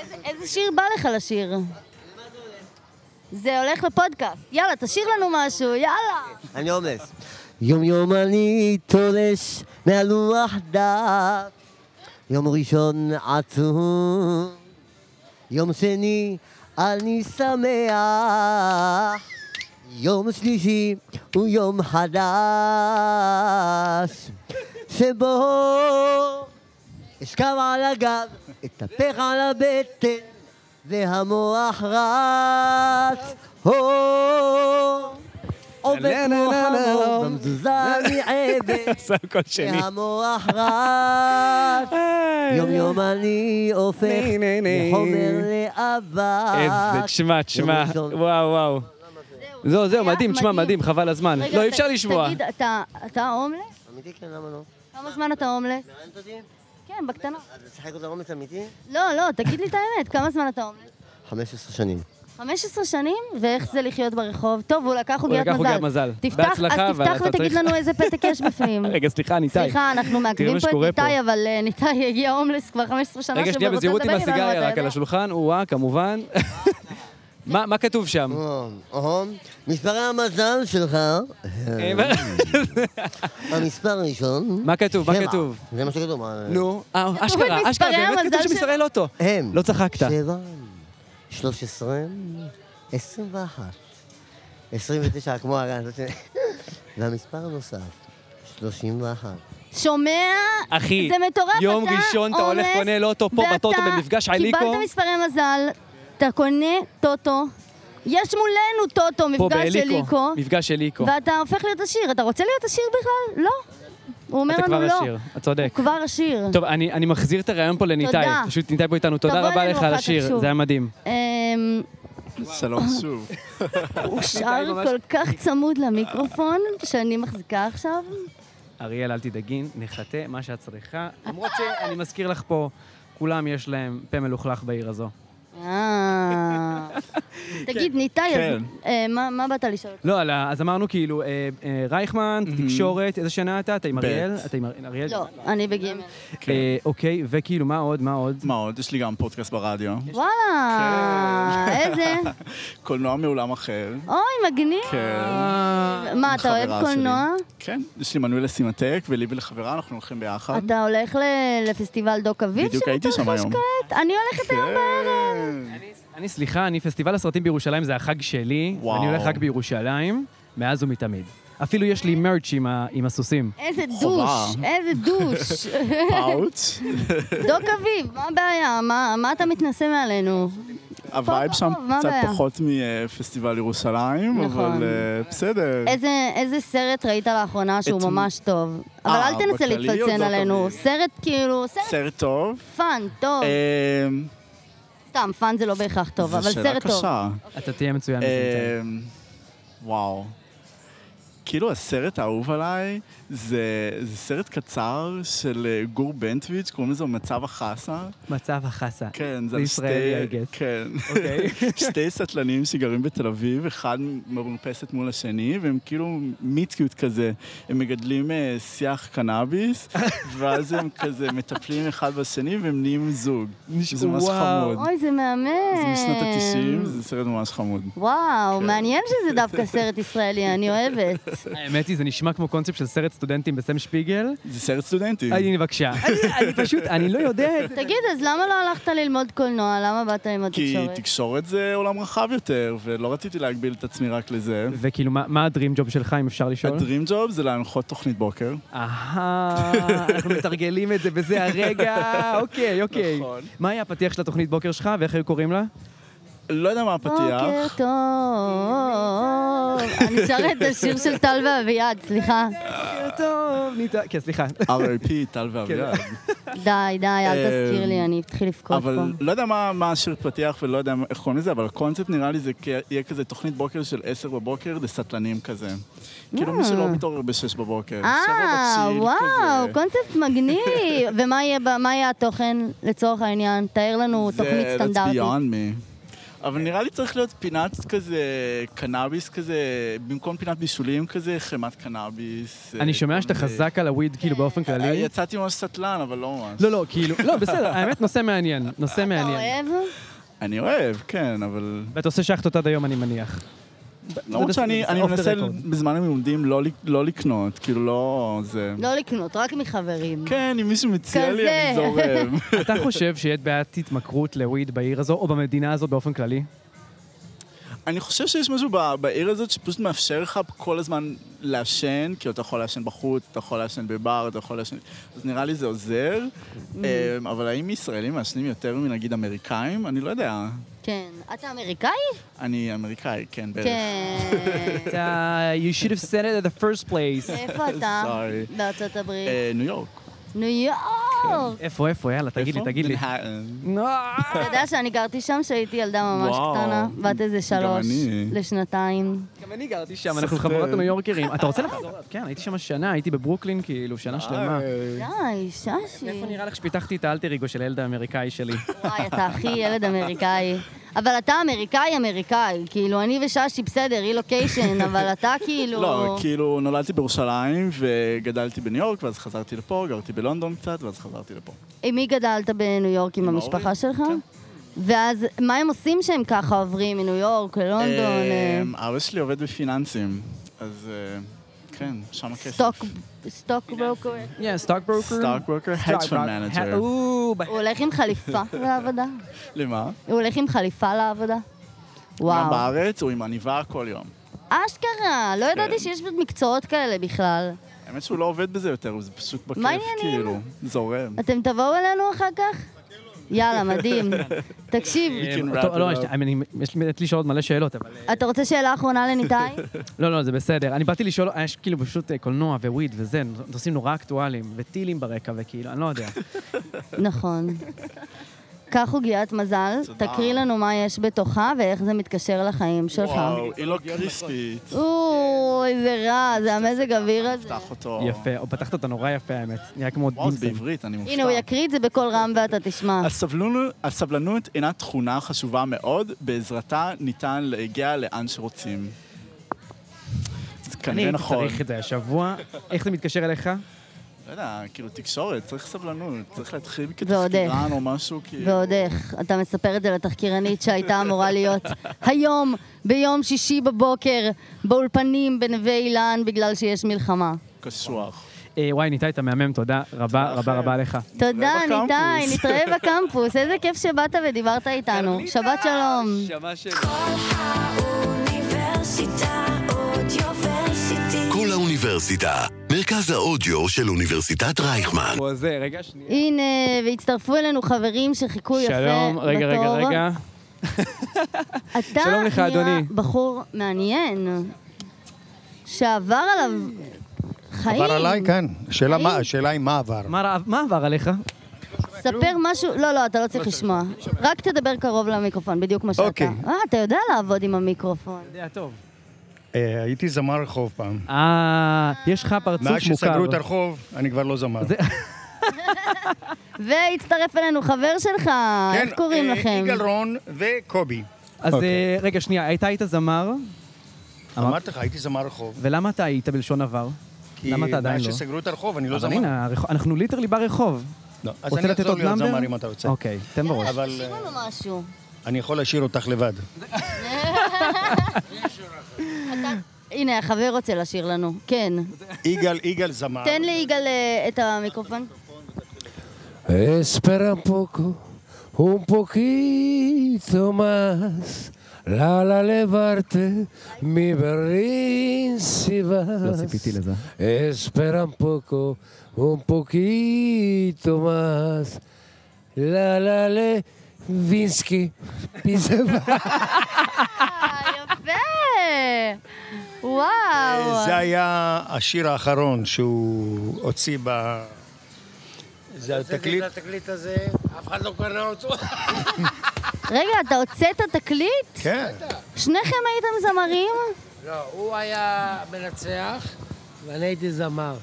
איזה- איזה שיר בא לך לשיר? זה הולך לפודקאסט. יאללה, תשאיר לנו משהו, יאללה. (laughs) אני הומלס. יום יום אני תולש מהלוח דף, יום ראשון עצוב, יום שני אני שמח, יום שלישי הוא יום חדש, שבו אשכב על הגב, אתהפך על הבטן, והמוח רץ, הו, עובד כמו חמור, במזוזה מעבד, עשה הכל שני. והמוח רץ. יום יום אני הופך נה, נה, נה. מחומר לאבק. אה, איזה, תשמע, תשמע, יום ראשון. וואו, וואו. זהו, זהו, היה מדהים, תשמע, מדהים, חבל הזמן. רגע, לא, אי ת- אפשר לשמוע. תגיד, אתה- אתה הומלס? אמיתי כן, למה לא? כמה זמן אתה הומלס? מעניינת אותי? כן, בקטנה. אז לשחק אותה אומץ אמיתי? לא, לא, תגיד לי את האמת, כמה זמן אתה הומלס? 15 שנים. 15 שנים, ואיך זה לחיות ברחוב? טוב, הוא לקח עוגיית לקח מזל. עוגיית מזל. תפתח, בהצלחה, אז אבל תפתח אתה ותגיד צריך- לנו איזה פתק יש (laughs) בפנים. רגע, סליחה, ניתאי. סליחה, אנחנו מעכבים מה פה את שקורה פה. ניתאי, אבל אה, ניתאי הגיע הומלס כבר 15 שנה, רגע, שהוא שנייה, רוצה בזהירות עם לדבר איתנו, הסיגריה אתה רק על יודע. השולחן, או-אה, אה, כמובן. מה מה כתוב שם? או-הו, מספרי המזל שלך, (laughs) המספר הראשון... מה כתוב? מה שבע. כתוב? זה מה שכתוב. מה- נו, אה, אשכרה, אשכרה, מספרי באמת המזל כתוב של- שמספרי לוטו. הם. לא צחקת. שבע, שלוש עשרה, עשרים ואחת, עשרים ותשע, כמו הגן. (laughs) לא משנה. והמספר הנוסף, שלושים ואחת. שומע? אחי, זה מטורף, אתה יום ראשון אתה הולך, הומלס, קונה לוטו פה, ואתה בטוטו, במפגש אליקו. קיבלת מספרי מזל, אתה קונה טוטו, יש מולנו טוטו, פה מפגש באליקו. אליקו, מפגש של איקו. ואתה הופך להיות עשיר. אתה רוצה להיות עשיר בכלל? לא. הוא אומר אתה לנו כבר לא. עשיר, אתה צודק. הוא כבר עשיר. טוב, אני אני מחזיר את הרעיון פה לניתאי. תודה. פשוט ניתאי פה איתנו. תודה תבוא רבה אלינו לך אחר על כך השיר, שוב. זה היה מדהים. אמ, שלום שוב. הוא שר כל כך צמוד למיקרופון שאני מחזיקה עכשיו. (laughs) אריאל, אל תדאגי, נחטא מה שאת צריכה. למרות שאני מזכיר לך פה, כולם יש להם פה מלוכלך בעיר הזו. (laughs) אה. כן. תגיד, ניתאי, אז אה, מה מה באת לשאול? לא, על ה- אז אמרנו כאילו, אה, אה, רייכמן, תקשורת, איזה שנה אתה? אתה עם אריאל? אתה עם אר- אריאל? לא, אני בגימל. אה, אוקיי, וכאילו, מה עוד? מה עוד? כן. מה עוד? יש לי גם פודקאסט ברדיו. וואלה, אה, כן. איזה? (laughs) קולנוע מעולם אחר. אוי, מגניב. מה, אתה כן. חברה אוהב קולנוע? כן, יש לי מנוי לסינמטק, וליבי לחברה, אנחנו הולכים ביחד. אתה הולך ל- לפסטיבל דוק אביב בדיוק הייתי שם שמתרחש היום. כן. כעת? אני הולכת היום בערב. אה, אני, סליחה, אני, פסטיבל הסרטים בירושלים זה החג שלי. וואו. אני הולך רק בירושלים, מאז ומתמיד. אפילו יש לי מרץ' עם ה- עם הסוסים. איזה חובה. דוש, איזה (laughs) דוש. פאוץ. (laughs) דוק אביב, מה הבעיה? מה- מה אתה מתנשא מעלינו? הווייב שם פה, מה קצת הבעיה? פחות מפסטיבל ירושלים, נכון. אבל אה, בסדר. איזה, איזה סרט ראית לאחרונה שהוא את- ממש טוב? אבל אה, אל תנסה בכללי או להתפלצן דוק עלינו. אביב? סרט כאילו, סרט סרט טוב. פאן, טוב. אה, סתם, פאן זה לא בהכרח טוב, זו אבל שאלה סרט טוב. קשה. אתה תהיה מצוין. בזה, אה, וואו. כאילו הסרט האהוב עליי זה, זה סרט קצר של אה, גור בנטוויץ', קוראים לזה מצב החסה. ניתן. מצב החסה. כן, זה זה על ישראלי, I שתי, guess. כן. אוקיי. (laughs) שתי סטלנים שגרים בתל אביב, אחד מרומפסת מול השני, והם כאילו מיטקיוט כזה. הם מגדלים אה, שיח (laughs) קנאביס, ואז הם כזה מטפלים אחד בשני והם נהיים זוג. זה ממש וואו. חמוד. אוי, זה מהמם. זה משנות כן. ה-90, זה סרט ממש חמוד. וואו, מעניין (laughs) שזה דווקא סרט ישראלי, אני אוהבת. האמת היא, זה נשמע כמו קונספט של סרט סטודנטים בסם שפיגל. אה, זה סרט סטודנטי. הנה, (laughs) בבקשה. אני- אני פשוט, אני לא יודע. תגיד, אז למה לא הלכת ללמוד קולנוע? למה באת ללמוד כי תקשורת? תקשורת זה עולם רחב יותר, ולא רציתי להגביל את עצמי רק לזה. וכאילו, מה- מה הדרים ג'וב שלך, אם אפשר לשאול? הדרים ג'וב זה להנחות תוכנית בוקר. אהה, אה, אנחנו מתרגלים את זה בזה (laughs) הרגע, אוקיי, אוקיי. נכון. מה היה הפתיח של התוכנית בוקר שלך, ואיך היו קוראים לה? לא יודע מה בוקר הפתיח. (laughs) טוב. אני שרה את השיר של טל ואביעד, סליחה. אוקיי, טוב, ניתן... כן, סליחה. כן. R.I.P, טל ואביעד. די, די, אה, אל תזכיר לי, אמ, אני אתחיל לבכות אבל פה. לא יודע מה מה השיר פתיח ולא יודע איך קוראים לזה, אבל הקונספט נראה לי זה כ- יהיה כזה תוכנית בוקר של עשר בבוקר לסטלנים כזה. כאילו מי שלא מתעורר בשש בבוקר. אה, שבע בצ'יל וואו, כזה. קונספט מגניב. ומה יהיה ב- מה יהיה התוכן, לצורך העניין? תאר לנו תוכנית סטנדרטית. זה That's beyond me. אבל נראה לי צריך להיות פינת כזה, קנאביס כזה, במקום פינת בישולים כזה, חמת קנאביס. אה, אני שומע כל שאתה מיני- חזק על הוויד, כאילו, באופן אה, כללי. יצאתי ממש סטלן, אבל לא ממש. לא, לא, כאילו, לא, (laughs) בסדר, האמת, נושא מעניין, נושא אתה מעניין. אוהב? אני אוהב, כן, אבל... ואתה עושה שחטות עד היום, אני מניח. למרות בס- שאני זה אני off the מנסה record. בזמן הלימודים לא לק- לא לקנות, כאילו לא... זה... לא לקנות, רק מחברים. כן, אם מישהו מציע לי, אני כזה. זורם. אתה חושב שיש בעיית התמכרות לוויד בעיר הזו, או במדינה הזו באופן כללי? אני חושב שיש משהו ב- בעיר הזאת שפשוט מאפשר לך כל הזמן לעשן, כי אתה יכול לעשן בחוץ, אתה יכול לעשן בבר, אתה יכול לעשן... אז נראה לי זה עוזר, Mm-hmm. אמ, אבל האם ישראלים מעשנים יותר מנגיד אמריקאים? אני לא יודע. (laughs) כן. אתה אמריקאי? אני אמריקאי, כן, בערך. (laughs) כן. אתה, Uh, you should have said it at the first place. איפה אתה? Sorry. בארצות הברית. אה, ניו יורק. ניו יורק! איפה, איפה, יאללה, תגיד לי, איפה? אה, תגיד לי. מנהטן. נו, אתה יודע שאני גרתי שם כשהייתי ילדה ממש כן. אה. וואו. קטנה, בת איזה שלוש, אני. לשנתיים. גם אני גרתי שם, אנחנו סחטן. חברות הניו יורקרים. אתה רוצה לחזור? כן, הייתי שם שנה, הייתי בברוקלין, כאילו, אה, שנה שלמה. די, ששי. איפה נראה לך שפיתחתי את האלטר היגו של הילד האמריקאי שלי? וואי, אתה הכי ילד אמריקאי. אבל אתה אמריקאי אמריקאי, כאילו, אני וששי בסדר, רילוקיישן, אבל אתה כאילו... לא, כאילו נולדתי בירושלים וגדלתי בניו יורק, ואז חזרתי לפה, גרתי בלונדון קצת, ואז חזרתי לפה. עם מי גדלת בניו יורק? עם עם המשפחה ההורים, שלך? כן. ואז מה הם עושים שהם ככה עוברים מניו יורק ללונדון? אה, אמ, אבא שלי עובד בפיננסים, אז אה, כן, שם הכסף. סטוק, סטוק ברוקר. כן, סטוק ברוקר. סטאק וורקר, הדשפון מנג'ר. או, ב- הוא הולך עם חליפה לעבודה? למה? הוא הולך עם חליפה לעבודה? גם וואו. בארץ הוא עם עניבה כל יום. אשכרה, לא ידעתי שיש מקצועות כאלה בכלל. האמת שהוא לא עובד בזה יותר, זה פשוט בכיף, מה העניינים? כאילו, זורם. אתם תבואו אלינו אחר כך? יאללה, מדהים. תקשיב, can אה, טוב, wrap it לא, up. יש- אני- יש לי- יש לי עוד מלא שאלות, אבל... אה, אתה רוצה שאלה אחרונה לניתאי? לא, לא, זה בסדר. אני באתי לשאול, יש כאילו פשוט אה, קולנוע ווויד וזה, נושאים נורא אקטואליים, וטילים ברקע, וכאילו, אני לא יודע. נכון. קח עוגיית מזל, תקריא לנו מה יש בתוכה ואיך זה מתקשר לחיים שלך. וואו, היא לא נכון. קריספית. או, איזה רע, זה המזג אוויר הזה. פתח אותו. יפה, או פתחת אותה נורא יפה, האמת. נראה כמו וואו, זה דימסון. בעברית, אני מופתע. הנה, הוא יקריא את זה בקול רם ואתה תשמע. הסבלונו- הסבלנות אינה תכונה חשובה מאוד, בעזרתה ניתן להגיע לאן שרוצים. זה אני כנראה הייתי נכון. צריך את זה השבוע. איך זה מתקשר אליך? לא יודע, כאילו תקשורת, צריך סבלנות, צריך להתחיל ועוד איך. כתחקירן או משהו, כאילו. ועוד איך, אתה מספר את זה לתחקירנית שהייתה אמורה להיות היום, ביום שישי בבוקר, באולפנים בנווה אילן, בגלל שיש מלחמה. קשוח. אה, וואי, ניתאי, אתה מהמם, תודה רבה רבה רבה לך. תודה, נתראה ניתאי, בקמפוס. כן, נתראה בקמפוס. איזה כיף שבאת ודיברת איתנו. שבת שלום. כל האוניברסיטה, מרכז האודיו של אוניברסיטת רייכמן. הוא זה, רגע, שנייה. הנה, והצטרפו אלינו חברים שחיכו יפה בתור. שלום, רגע, רגע, רגע. (laughs) אתה שלום לך, נראה אדוני. בחור מעניין, שעבר עליו חיים. עבר עליי, כן. השאלה מה- חיים. השאלה היא מה עבר. מה רע- מה עבר עליך? ספר משהו, לא, לא, אתה לא צריך לשמוע. רק תדבר קרוב למיקרופון, בדיוק מה שאתה. אוקיי. אה, אתה יודע לעבוד עם המיקרופון. יודע טוב. אה, הייתי זמר רחוב פעם. אה, יש לך פרצוף מוכר. מאז שסגרו את הרחוב, אני כבר לא זמר. זה- והצטרף אלינו חבר שלך, כן, איך קוראים אה, לכם? יגאל רון וקובי. אז אה, רגע, שנייה, אתה היית זמר, אמרתי לך, הייתי זמר רחוב. ולמה אתה היית בלשון עבר? כי למה אתה עדיין לא? מאז שסגרו את הרחוב, אני לא אבל זמר. הנה, הרחוב- אנחנו ליטרלי ברחוב. לא, אז רוצה אני לתת אחזור עוד להיות נאמבר? זמר אם אתה רוצה. אוקיי, תן בראש. אבל, תשאיר אה, לנו משהו. (laughs) אני יכול להשאיר אותך לבד. הנה, החבר רוצה לשיר לנו. כן. יגאל, יגאל זמר. תן ליגאל אה, את המיקרופון. Espera un poco, un poquito más. Lala levarte, mi berrin si vas. Espera un poco, un poquito más. Lala le וינסקי, (laughs) פיזבה. יפה! וואו. אה, זה היה השיר האחרון שהוא הוציא ב... זה התקליט. התקליט הזה, אף אחד לא קנה אותו. רגע, אתה הוצאת תקליט? כן. שניכם הייתם זמרים? לא, הוא היה מנצח, ואני הייתי זמר.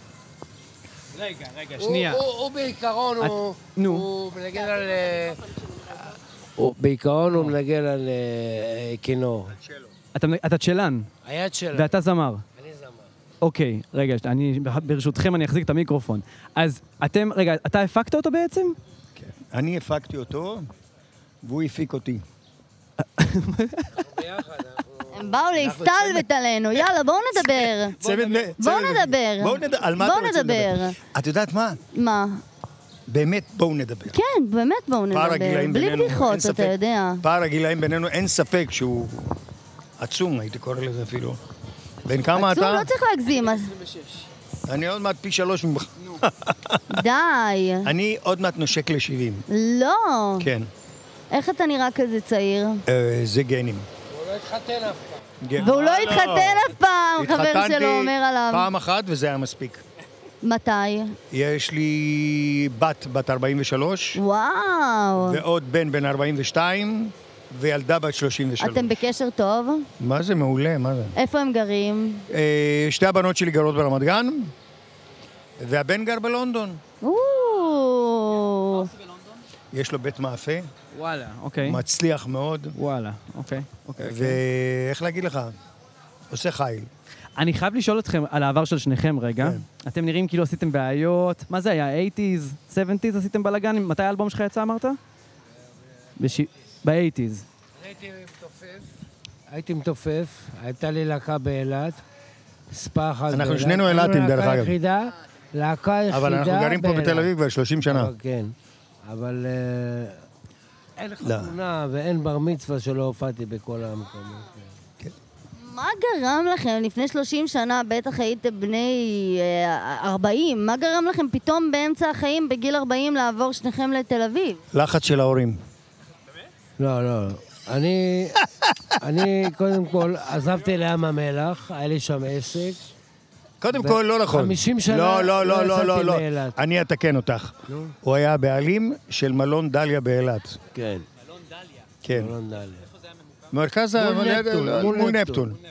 רגע, רגע, הוא- הוא- הוא בעיקרון, הוא- הוא מנגן על... אה, הוא- בעיקרון הוא מנגן על אה, כינור. אתה, אתה צ'לן. היד שלנו. ואתה זמר. אני זמר. אוקיי, רגע, אני, ברשותכם אני אחזיק את המיקרופון. אז אתם, רגע, אתה הפקת אותו בעצם? כן. אני הפקתי אותו, והוא הפיק אותי. הם באו להסתלבט עלינו, יאללה, בואו נדבר. צוות מ- בואו צוות- נדבר. בואו נדבר. על מה בואו אתם רוצים נדבר. לדבר? את יודעת מה? מה? באמת, בואו נדבר. כן, באמת בואו פער נדבר. הגילאים בלי בינינו, בדיחות, אין ספק. אתה יודע. פער הגילאים בינינו, אין ספק שהוא עצום, הייתי קורא לזה אפילו. בן כמה עצוב, אתה? לא צריך להגזים. אז- אני עוד מעט פי שלוש ממך. די. אני עוד מעט נושק ל-70. לא. כן. איך אתה נראה כזה צעיר? אה, זה גנים. הוא לא התחתן אף פעם. גן. והוא לא התחתן אף פעם, חבר אה, התחתנתי שלו אומר עליו. פעם אחת וזה היה מספיק. מתי? יש לי בת בת 43, וואו. ועוד בן בן 42, וילדה בת 33. אתם בקשר טוב? מה זה מעולה, מה זה? איפה הם גרים? אה, שתי הבנות שלי גרות ברמת גן, והבן גר בלונדון. או, יש לו בית מאפה, וואלה, אוקיי. מצליח מאוד, וואלה, אוקיי. אוקיי. ואיך להגיד לך? עושה חיל. אני חייב לשאול אתכם על העבר של שניכם רגע. כן. אתם נראים כאילו עשיתם בעיות, מה זה היה, 80's, 70's עשיתם בלאגן? מתי האלבום שלך יצא אמרת? בש... ב-80's. הייתי מתופף. הייתי מתופף, הייתה לי להקה באילת, ספא אחת באילת. אנחנו שנינו אילתים, דרך להקה אגב. יחידה, להקה יחידה אבל אנחנו גרים פה באילת. בתל אביב כבר 30 שנה. אבל כן, אבל אה, אין לך לא. תמונה ואין בר מצווה שלא הופעתי בכל המקומות. מה גרם לכם לפני 30 שנה, בטח הייתם בני אה, 40, מה גרם לכם פתאום באמצע החיים, בגיל 40, לעבור שניכם לתל אביב? לחץ של ההורים. לא, לא. אני, אני קודם כל עזבתי לים המלח, היה לי שם עסק. קודם ו- כל, לא נכון. 50 שנה לא, לא לא, לא, לא, יצאתי לא, לא. מאילת. אני אתקן אותך. נו. הוא היה הבעלים של מלון דליה באילת. כן. כן. לא נדע לי. מרכז ה... מול נפטון, לא, מול מול נפטון. נפטון.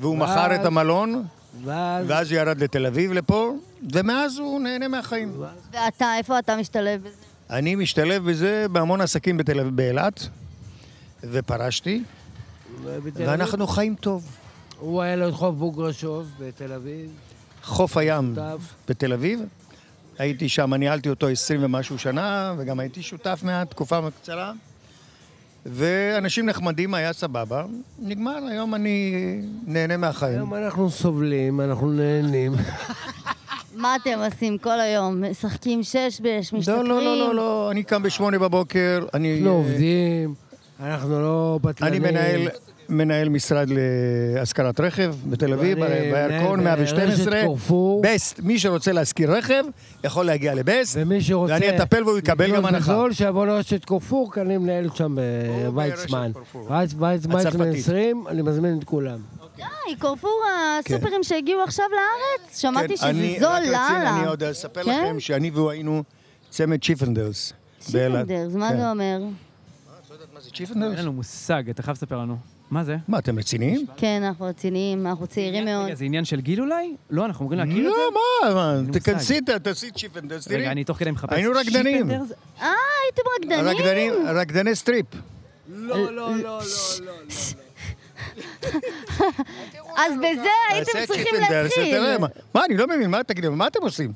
והוא ואז- מכר את המלון, ואז ואז הוא ירד לתל אביב לפה, ומאז הוא נהנה מהחיים. ואתה, איפה אתה משתלב בזה? אני משתלב בזה בהמון עסקים בתל אביב, באילת, ופרשתי, בתל אביב, ואנחנו חיים טוב. הוא היה לו את חוף בוגרשוב בתל אביב. חוף הים שותף. בתל אביב, הייתי שם, ניהלתי אותו 20 ומשהו שנה, וגם הייתי שותף מהתקופה הקצרה. ואנשים נחמדים, היה סבבה. נגמר, היום אני נהנה מהחיים. היום אנחנו סובלים, אנחנו נהנים. מה אתם עושים כל היום? משחקים שש בש, לא, משתכרים? לא, לא, לא, לא, אני קם בשמונה בבוקר, אני... אה, אנחנו לא עובדים, אנחנו לא אני בטלנים. מנהל... מנהל משרד להשכרת רכב בתל אביב, אה, אני מנהל בירקון, ברשת 112. קורפור. בסט, מי שרוצה להשכיר רכב, יכול להגיע לבסט, ומי שרוצה... ואני אטפל והוא יקבל גם לקנות הנחה. בזול, שיבוא לרשת קורפור, כי אני מנהל שם בוויצמן. ברשת קורפור. וייצ- ויצמן הצרפתית. 20, אני מזמין את כולם. די, קרפור הסופרים שהגיעו עכשיו לארץ? שמעתי שזה כן. אני- רק זול רציתי- לאללה. אני עוד אספר כן? לכם שאני והוא היינו צמד צ'יפנדלס. באילת. שיפנדרס, מה כן. זה אומר? מה זה אין צ'יפנדלס? לנו מושג, אתה חייב לספר לנו. מה זה? מה, אתם רציניים? כן, אנחנו רציניים, אנחנו צעירים מאוד. רגע, זה עניין של גיל אולי? לא, אנחנו אמורים להכיר את לא, זה? מה, מה, מושג. תכנסי, ת- תעשי צ'יפנדלס, תראי. רגע, אני תוך כדי מחפש. היינו רקדנים. שיפנדרס? אה, הייתם רקדנים? אה, רקדנים, רקדני סטריפ. לא, לא, לא, לא, לא. אז בזה הייתם תעשה צריכים צ'יפנדלס, תראה, להתחיל. מה- מה, אני לא מבין, מה תגידו, מה אתם עושים?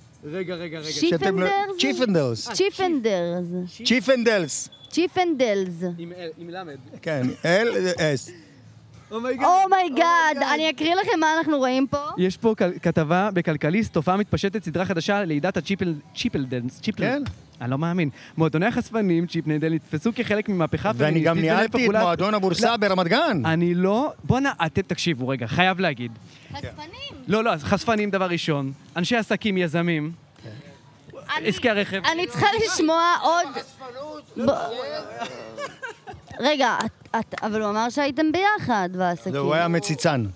שאתם לא- שיפנדרס? צ'יפנדלס. צ'יפנדרס. צ'יפנדלס. צ'יפנדלס. כן, אל... אס. אומייגאד, אני אקריא לכם מה אנחנו רואים פה. יש פה כל- כתבה בכלכליסט, תופעה מתפשטת, סדרה חדשה, לידת הצ'יפלדנס. כן. אני לא מאמין. מועדוני החשפנים, צ'יפנדל, נתפסו כחלק ממהפכה ואני גם פמיניסטית ניהלתי את ולפופולר- מועדון הבורסה ברמת גן. אני לא... בואנה, אתם תקשיבו רגע, חייב להגיד. חשפנים. לא, לא, אז חשפנים דבר ראשון, אנשי עסקים, יזמים, עסקי הרכב. לא, לא, לא, אני צריכה לשמוע עוד... ב- רגע, את- את- אבל הוא אמר שהייתם ביחד כאילו- בעסקים. זה לא, הוא היה מציצן.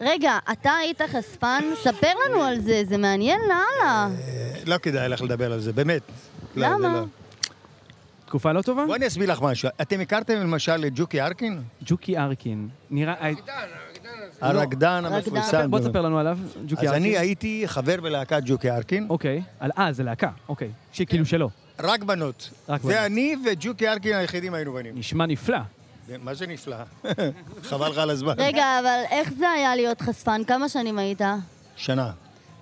רגע, אתה היית חשפן? ספר לנו על זה, זה מעניין לאללה. לא כדאי לך לדבר על זה, באמת. לא, למה? זה לא. תקופה לא טובה? בואי אני אסביר לך משהו. אתם הכרתם למשל את ג'וקי ארקין? ג'וקי ארקין. נראה... הרקדן לא, המפורסם. בוא תספר לנו עליו, ג'וקי אז ארקין. אני הייתי חבר בלהקת ג'וקי ארקין. אוקיי. על- אה, זה להקה, אוקיי. שכאילו שלו. רק בנות. רק בנות. ואני וג'וקי ארקין היחידים היינו בנים. נשמע נפלא. מה זה נפלא? (laughs) חבל לך על הזמן. רגע, אבל איך זה היה להיות חשפן? כמה שנים היית? שנה.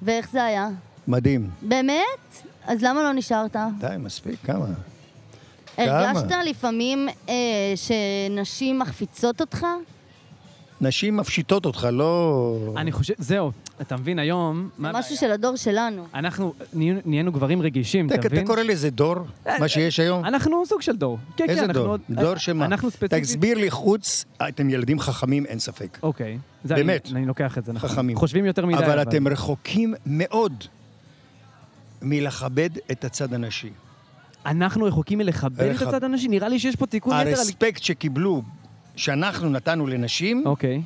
ואיך זה היה? מדהים. באמת? אז למה לא נשארת? די, מספיק, כמה? כן, הרגשת לפעמים אה, שנשים מחפיצות אותך? נשים מפשיטות אותך, לא... אני חושב, זהו, אתה מבין, היום... מה- משהו של הדור שלנו. אנחנו נהיינו- נהיינו גברים רגישים, אתה- אתה אתה מבין? אה, קורא לזה דור? מה שיש היום? אנחנו סוג של דור. כן, כן, איזה אנחנו דור? עוד- דור שמה? אנחנו ספציפית... תסביר לי חוץ, אתם ילדים חכמים, אין ספק. אוקיי. זה באמת. אני- אני לוקח את זה, נכון. חכמים. חושבים יותר מדי. אבל אתם רחוקים מאוד מלכבד את הצד הנשי. אנחנו רחוקים מלכבד את רחב. הצד הנשי? נראה לי שיש פה תיקון יתר על... הרספקט שקיבלו, שאנחנו נתנו לנשים, אוקיי.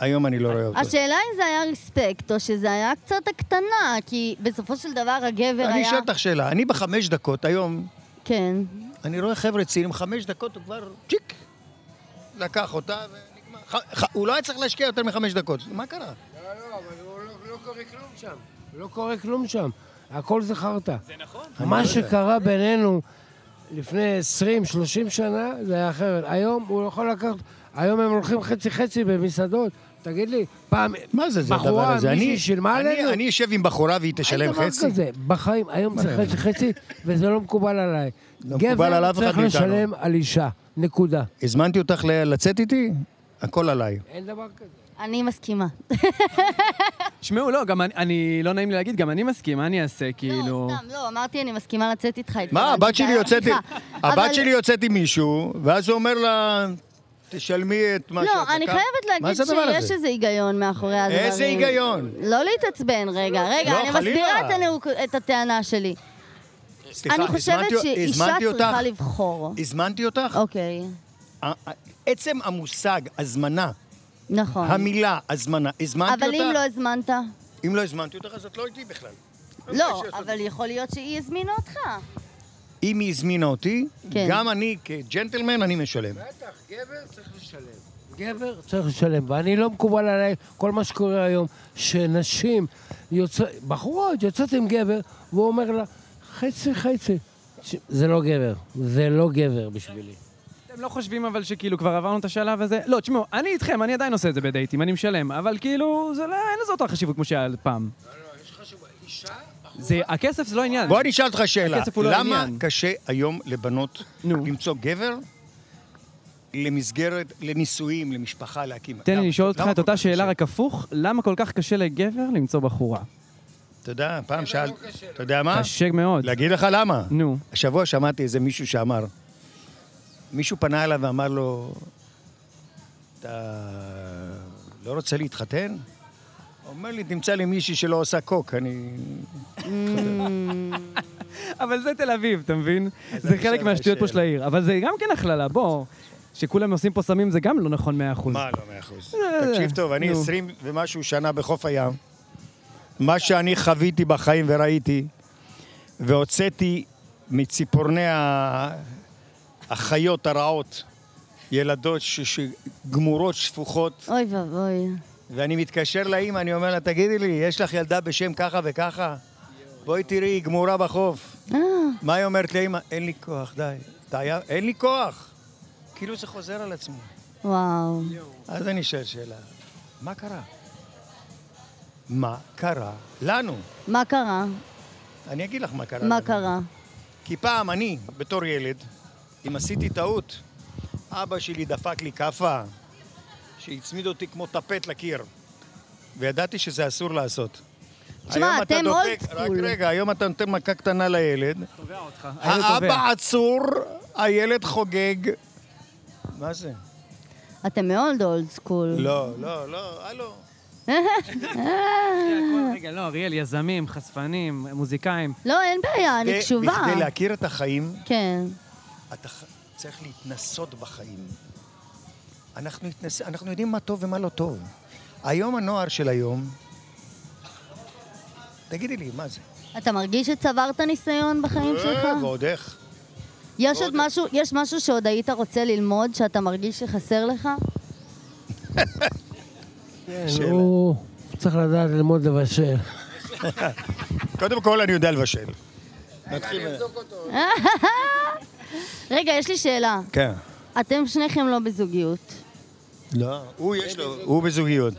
היום אני לא רואה אותו. השאלה אם זה היה רספקט, או שזה היה קצת הקטנה, כי בסופו של דבר הגבר היה... אני אשאל אותך שאלה, אני בחמש דקות היום, כן. אני רואה חבר'ה צעירים, חמש דקות הוא כבר צ'יק, לקח אותה ונגמר. ח- ח- הוא לא היה צריך להשקיע יותר מחמש דקות, מה קרה? לא קורה כלום שם. לא קורה כלום שם, הכל זה חרטא. זה נכון. מה שקרה בינינו לפני 20-30 שנה, זה היה אחרת. היום הוא יכול לקחת, היום הם הולכים חצי-חצי במסעדות. תגיד לי, פעם מה זה, זה הדבר בחורה, הזה? מישהי אני- שילמה אני- עלינו? אני אשב עם בחורה והיא אין תשלם דבר חצי? כזה, בחיים, היום זה חצי-חצי, וזה לא מקובל עליי. לא מקובל על אף אחד גבר מאיתנו. צריך לשלם על אישה, נקודה. הזמנתי אותך ל- לצאת איתי? הכל עליי. אין דבר כזה. אני מסכימה. שמעו, לא, גם אני- אני... לא נעים לי להגיד, גם אני מסכים, מה אני אעשה, כאילו... סתם, לא, אמרתי אני מסכימה לצאת איתך. כאילו, מה, התכוונתי, הבת זה שלי היה יוצאת עם- בדיחה. אה, אבל- הבת שלי יוצאת עם מישהו, ואז הוא אומר לה, תשלמי את מה שאת לא, אני לקחת." חייבת מה להגיד זה הדבר שיש הזה? איזה היגיון מאחורי הדברים. איזה היגיון? לא להתעצבן, רגע, רגע, לא, אני חלילה. מסבירה את הנאוק- את הטענה שלי. סליחה, אני חושבת הזמנתי- שאישה הזמנתי צריכה אותך? לבחור. הזמנתי אותך? אוקיי, ה- ה- עצם המושג, הזמנה, נכון. המילה הזמנה, הזמנתי אותך? אבל אם לא הזמנת? אם לא הזמנתי אותך, אז את לא איתי בכלל. לא, אבל יכול להיות שהיא הזמינה אותך. אם היא הזמינה אותי, כן. גם אני כג'נטלמן, אני משלם. בטח, גבר צריך לשלם. גבר צריך לשלם, ואני לא מקובל עליי כל מה שקורה היום, שנשים, יוצא, בחורות יוצאות עם גבר, והוא אומר לה, חצי חצי. ש- זה לא גבר, זה לא גבר בשבילי. אתם לא חושבים אבל שכאילו כבר עברנו את השלב הזה? לא, תשמעו, אני איתכם, אני עדיין עושה את זה בדייטים, אני משלם, אבל כאילו, זה לא, אין לזה אותה חשיבות כמו שהיה פעם. זה, הכסף זה לא העניין. בוא אני אשאל אותך שאלה. הכסף הוא לא למה העניין. קשה היום לבנות למצוא גבר למסגרת, לנישואים, למשפחה, להקים? תן למה? לי לשאול אותך למה את כל אותה כך שאלה קשה? רק הפוך, למה כל כך קשה לגבר למצוא בחורה? אתה יודע, פעם שאל... אתה יודע מה? קשה מאוד. להגיד לך למה. נו. השבוע שמעתי איזה מישהו שאמר, מישהו פנה אליו ואמר לו, אתה לא רוצה להתחתן? הוא אומר לי, תמצא לי מישהי שלא עושה קוק, אני... (laughs) אבל זה תל אביב, אתה מבין? זה חלק מהשטויות פה של העיר, אבל זה גם כן הכללה, בוא. שכולם עושים פה סמים זה גם לא נכון 100%. מה לא, מאה אחוז. זה- תקשיב טוב, אני נו. 20 ומשהו שנה בחוף הים. מה שאני חוויתי בחיים וראיתי, והוצאתי מציפורני ה- החיות הרעות, ילדות ש- שגמורות, שפוכות, אוי ואבוי. ואני מתקשר לאימא, אני אומר לה, תגידי לי, יש לך ילדה בשם ככה וככה? בואי תראי, היא גמורה בחוף. מה היא אומרת לאימא? אין לי כוח, די. אתה היה- אין לי כוח. כאילו זה חוזר על עצמו. וואו. אז אני שואל שאלה, מה קרה? מה קרה לנו? מה קרה? אני אגיד לך מה קרה מה לנו. קרה? כי פעם אני, בתור ילד, אם עשיתי טעות, אבא שלי דפק לי כאפה, שהצמיד אותי כמו טפט לקיר, וידעתי שזה אסור לעשות. תשמע, היום אתה אתם דופק- old רק school. רגע, היום אתה נותן מכה קטנה לילד, תובע אותך. הילד תובע. האבא עצור, הילד חוגג. מה זה? אתם מאוד אולד סקול. לא, לא, לא, הלו. רגע, לא, אריאל, יזמים, חשפנים, מוזיקאים. (laughs) לא, אין בעיה, אני כדי- קשובה. בכדי להכיר את החיים, כן. אתה ח- צריך להתנסות בחיים. אנחנו, התנס... אנחנו יודעים מה טוב ומה לא טוב. היום הנוער של היום, תגידי לי, מה זה? אתה מרגיש שצברת ניסיון בחיים שלך? אה, ועוד איך. יש עוד משהו, יש משהו שעוד היית רוצה ללמוד, שאתה מרגיש שחסר לך? (laughs) שאלה. כן, הוא צריך לדעת ללמוד לבשל. (laughs) קודם כל, אני יודע לבשל. נתחיל. רגע, יש לי שאלה. כן. אתם שניכם לא בזוגיות. לא, הוא יש לו, הוא בזוגיות.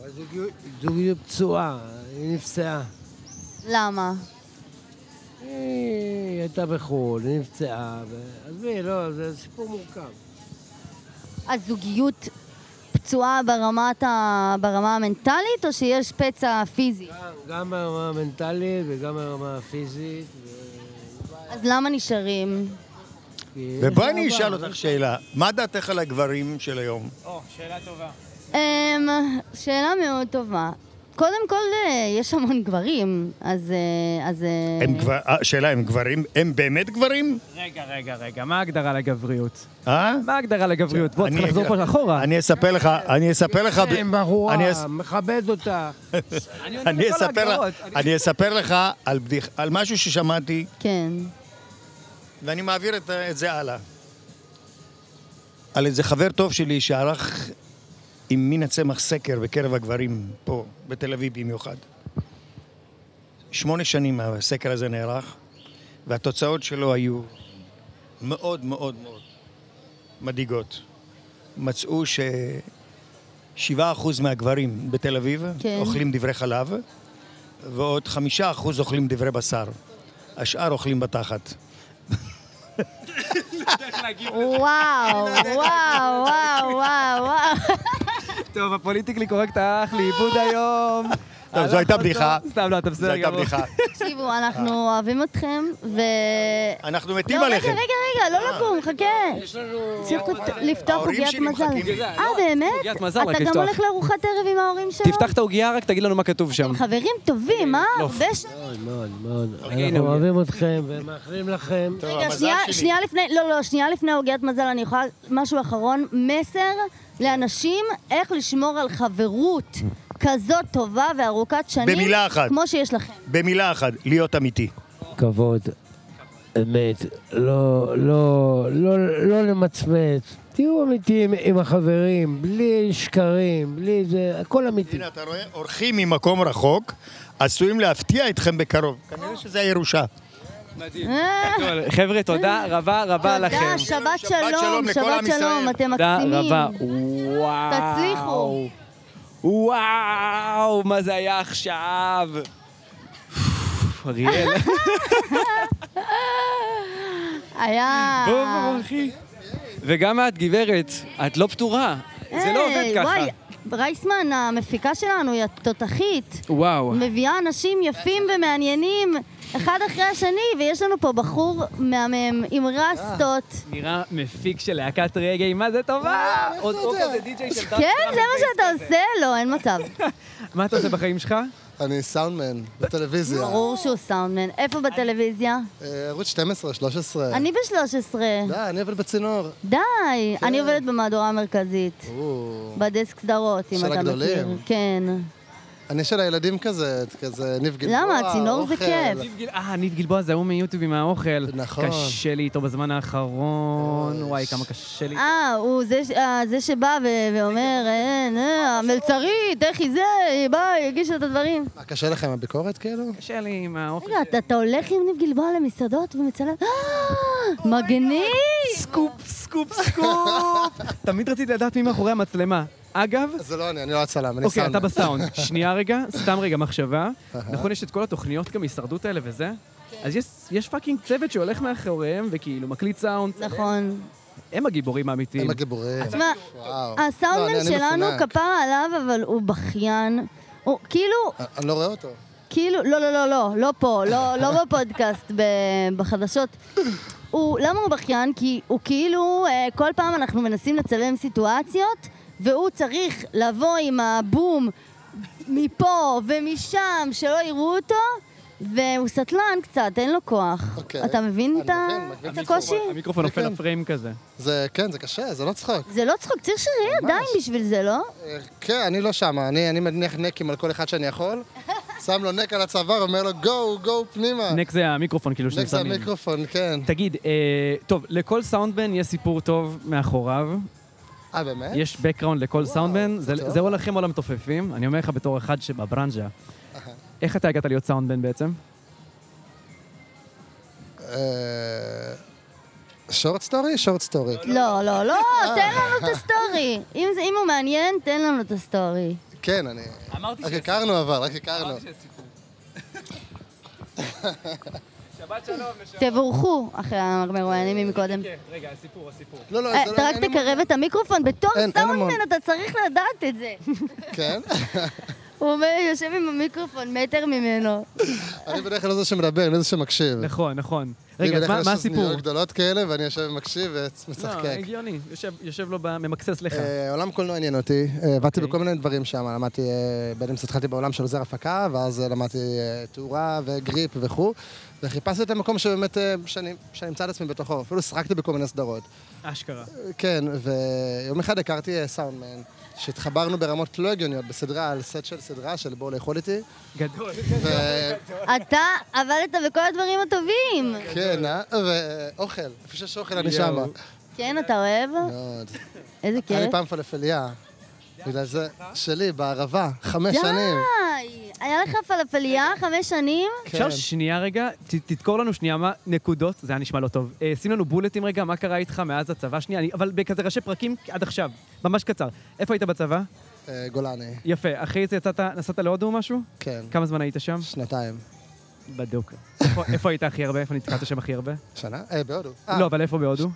אבל זוגיות- זוגיות פצועה, היא נפצעה. למה? היא הייתה בחו"ל, היא נפצעה. ו- עזבי, לא, זה סיפור מורכב. הזוגיות פצועה ברמת ה... ברמה המנטלית, או שיש פצע פיזי? גם ברמה המנטלית וגם ברמה הפיזית. אז למה נשארים? ובואי אני אשאל אותך שאלה, מה דעתך על הגברים של היום? או, שאלה טובה. אמ, שאלה מאוד טובה. קודם כל, אה, יש המון גברים, אז... אה, אז אה, הם גבר- אה, שאלה, הם גברים? הם באמת גברים? רגע, רגע, רגע, מה ההגדרה (laughs) לגבריות? אה? מה ההגדרה לגבריות? בוא, צריך אני- לחזור פה אחורה. אני אספר לך, אני אספר לך... ב- עם כן, בחורה, אני אס- מכבד (laughs) אותה. אני אספר לך- אני אספר לך על בדיח- על משהו ששמעתי, כן. ואני מעביר את ה- את זה הלאה. על איזה חבר טוב שלי שערך עם מין הצמח סקר בקרב הגברים פה, בתל אביב במיוחד. שמונה שנים הסקר הזה נערך, והתוצאות שלו היו מאוד מאוד מאוד מדאיגות. מצאו ש... 7% מהגברים בתל אביב כן. אוכלים דברי חלב, ועוד 5% אוכלים דברי בשר. השאר אוכלים בתחת. לא וואו, וואו, וואו, וואו, וואו. טוב, הפוליטיקלי קורקט הלך לאיבוד אה! היום. טוב, הלך זו הייתה אותו. בדיחה. סתם, לא, אתה זו בסדר הייתה גמור. (laughs) בדיחה. תקשיבו, אנחנו אוהבים אתכם, ו... אנחנו מתים לא, רגע, עליכם. רגע, רגע, אה, לא לקום, חכה. צריך לפתוח ההורים עוגיית שלי מזל. מחכים. אה, באמת? עוגיית לא, מזל רק אתה גם לפתוח. הולך לארוחת ערב עם ההורים שלו? תפתח את לא. העוגייה, רק תגיד לנו מה כתוב שם. חברים טובים, אה? נוף. הרבה שנים. מאוד, מאוד, מאוד. אוקיי, הנה אנחנו הוא. אוהבים אתכם ומאחלים לכם. אה, רגע, שנייה, שנייה לפני, לא, לא, שנייה לפני עוגיית מזל, אני יכולה משהו אחרון. מסר לאנשים איך לשמור על חברות כזאת טובה וארוכת שנים. במילה אחת. כמו שיש לכם. במילה אחת, להיות אמיתי. כבוד, אמת, לא, לא, לא, לא למצמץ. תהיו אמיתיים עם החברים, בלי שקרים, בלי זה, הכל אמיתי. הנה, אתה רואה? אורחים ממקום רחוק עשויים להפתיע אתכם בקרוב. כנראה שזה הירושה. אה. (laughs) גדול. חבר'ה, תודה רבה רבה לכם. תודה, שבת שבת שלום, שלום לכל שבת עם שלום, ישראל. אתם תודה מקסימים. רבה. וואו. תצליחו. וואו, מה זה היה (laughs) עכשיו? אריאל, (laughs) היה... בוא, בוא, אחי. וגם את, גברת, את לא פטורה. זה לא עובד היי, ככה. וואי, רייסמן, המפיקה שלנו, היא התותחית. וואו. מביאה אנשים יפים ומעניינים, אחד אחרי השני, ויש לנו פה בחור מהמם עם רסטות. נראה מפיק של להקת רגעי, מה זה טובה! אה, אה, עוד עוד כזה די.ג'יי של דארק כן, דראם זה מה ובייס שאתה כזה. עושה? לא, אין (laughs) מצב. מה אתה עושה בחיים שלך? לא. אני סאונדמן בטלוויזיה. ברור שהוא סאונדמן. איפה בטלוויזיה? אה, ערוץ 12, 13. אני ב-13. אה. די, אני עובד בצינור. די, אני עובדת במהדורה המרכזית. או. בדסק סדרות, אם של אתה מכיר. הגדולים. כן. אני של הילדים כזה, כזה ניב גלבוע, למה? הצינור זה אוכל. כיף. ניב גיל- אה, ניב גלבוע זה ההוא מיוטיוב עם האוכל. נכון. אה, קשה לי איתו בזמן האחרון, וואי, כמה קשה לי. אה, הוא זה ש- אה, זה שבא ו- ואומר, אין, אה, המלצרית, איך היא זה, בא, הגישה את הדברים. מה, קשה לכם הביקורת כאילו? קשה לי עם האוכל. רגע, אתה- אתה הולך עם ניב גלבוע למסעדות ומצלם? אה, מגניב! סקופ, סקופ, סקופ! תמיד רציתי לדעת מי מאחורי המצלמה. אגב, זה לא אני, אני לא הצלם, אני אוקיי, סאונד. אתה בסאונד. שנייה רגע, סתם רגע מחשבה. נכון, יש את כל התוכניות גם הישרדות האלה וזה? כן. אז יש- יש פאקינג צוות שהולך מאחוריהם וכאילו מקליט סאונד. נכון. הם הגיבורים האמיתיים. הם הגיבורים. תשמע, וואו. לא, אני- הסאונדמן אני שלנו, מפונק. כפרה עליו, אבל הוא בכיין. הוא כאילו, (laughs) אני- אני לא רואה אותו. כאילו, לא, לא, לא, לא, לא פה, לא, (laughs) לא בפודקאסט, ב- בחדשות. הוא, למה הוא בכיין? כי הוא כאילו, אה, כל פעם אנחנו מנסים לצלם סיטואציות, והוא צריך לבוא עם הבום מפה ומשם, שלא יראו אותו, והוא סטלן קצת, אין לו כוח. אוקיי. אתה מבין את ה- את הקושי? המיקרופון כן, נופל כן. לפריים כזה. זה, כן, זה קשה, זה לא צחוק. זה לא צחוק, צריך שיהיה ידיים בשביל זה, לא? כן, אני לא שמה, אני, אני מניח נקים על כל אחד (laughs) שאני יכול, שם לו נק על הצוואר, אומר לו, גו, גו פנימה. נק זה המיקרופון כאילו נק שאתם זה שמים. המיקרופון, כן. תגיד, אה, טוב, לכל סאונדבן יש סיפור טוב מאחוריו. אה, באמת? יש background לכל סאונדבן, זה- טוב. זה או לכם או למתופפים. אני אומר לך בתור אחד שבברנז'ה. איך אתה הגעת להיות סאונדבן בעצם? אה, שורט סטורי? שורט סטורי. לא, לא, לא, אה. תן לנו את הסטורי. אם זה- אם הוא מעניין, תן לנו את הסטורי. כן, אני... אמרתי (laughs) רק הכרנו אבל, רק הכרנו. שבת שלום, כן, תבורכו אחרי המרואיינים מקודם. רגע, הסיפור, הסיפור. לא, לא, אה, זה לא- אתה רק אין המון. תקרב את המיקרופון, בתור אין, אין המון. סאונדמן אתה צריך לדעת את (laughs) זה. כן? הוא אומר, יושב עם המיקרופון מטר ממנו. אני בדרך כלל לא זה שמדבר, אני זה שמקשיב. נכון, נכון. אני רגע, אז בדרך מה- מה כלל יש הסיפור? אוזניות גדולות כאלה, ואני יושב ומקשיב לא, ומצחקק. הגיוני, יושב- יושב לו, ב- ממקסס לך. אוקיי. אה, עולם קולנוע עניין אותי, אה, עבדתי בכל מיני דברים שם, למדתי, אה, בין אם זה התחלתי בעולם של עוזר הפקה, ואז אה, למדתי אה, תאורה וגריפ וכו', וחיפשתי את המקום שבאמת, אה, שאני שאני אמצא את עצמי בתוכו, אפילו שחקתי בכל מיני סדרות. אשכרה. כן, ויום אחד הכרתי אה, סאונדמן, שהתחברנו ברמות לא הגיוניות בסדרה, על סט של סדרה של בואו לאכול איתי. גדול. (laughs) אתה עבדת בכל הדברים הטובים. כן, אה? ואוכל, איפה שיש אוכל אני יואו. שמה. כן, אתה אוהב? מאוד. איזה היה לי כיף. פעם פלפליה. בגלל זה, שלי, בערבה, חמש שנים. די! היה לך פלפלייה חמש שנים? כן. אפשר שנייה רגע? ת- תדקור לנו שנייה מה נקודות, זה היה נשמע לא טוב. אה, שים לנו בולטים רגע, מה קרה איתך מאז הצבא? שנייה, אני- אבל בכזה ראשי פרקים עד עכשיו, ממש קצר. איפה היית בצבא? אה, גולני, יפה, אחרי זה יצאת, נסעת להודו או משהו? כן. כמה זמן היית שם? שנתיים. בדוק. איפה- איפה היית הכי הרבה? איפה נתקעת שם הכי הרבה? שנה? אה, בהודו. אה, לא, אבל איפה בהודו?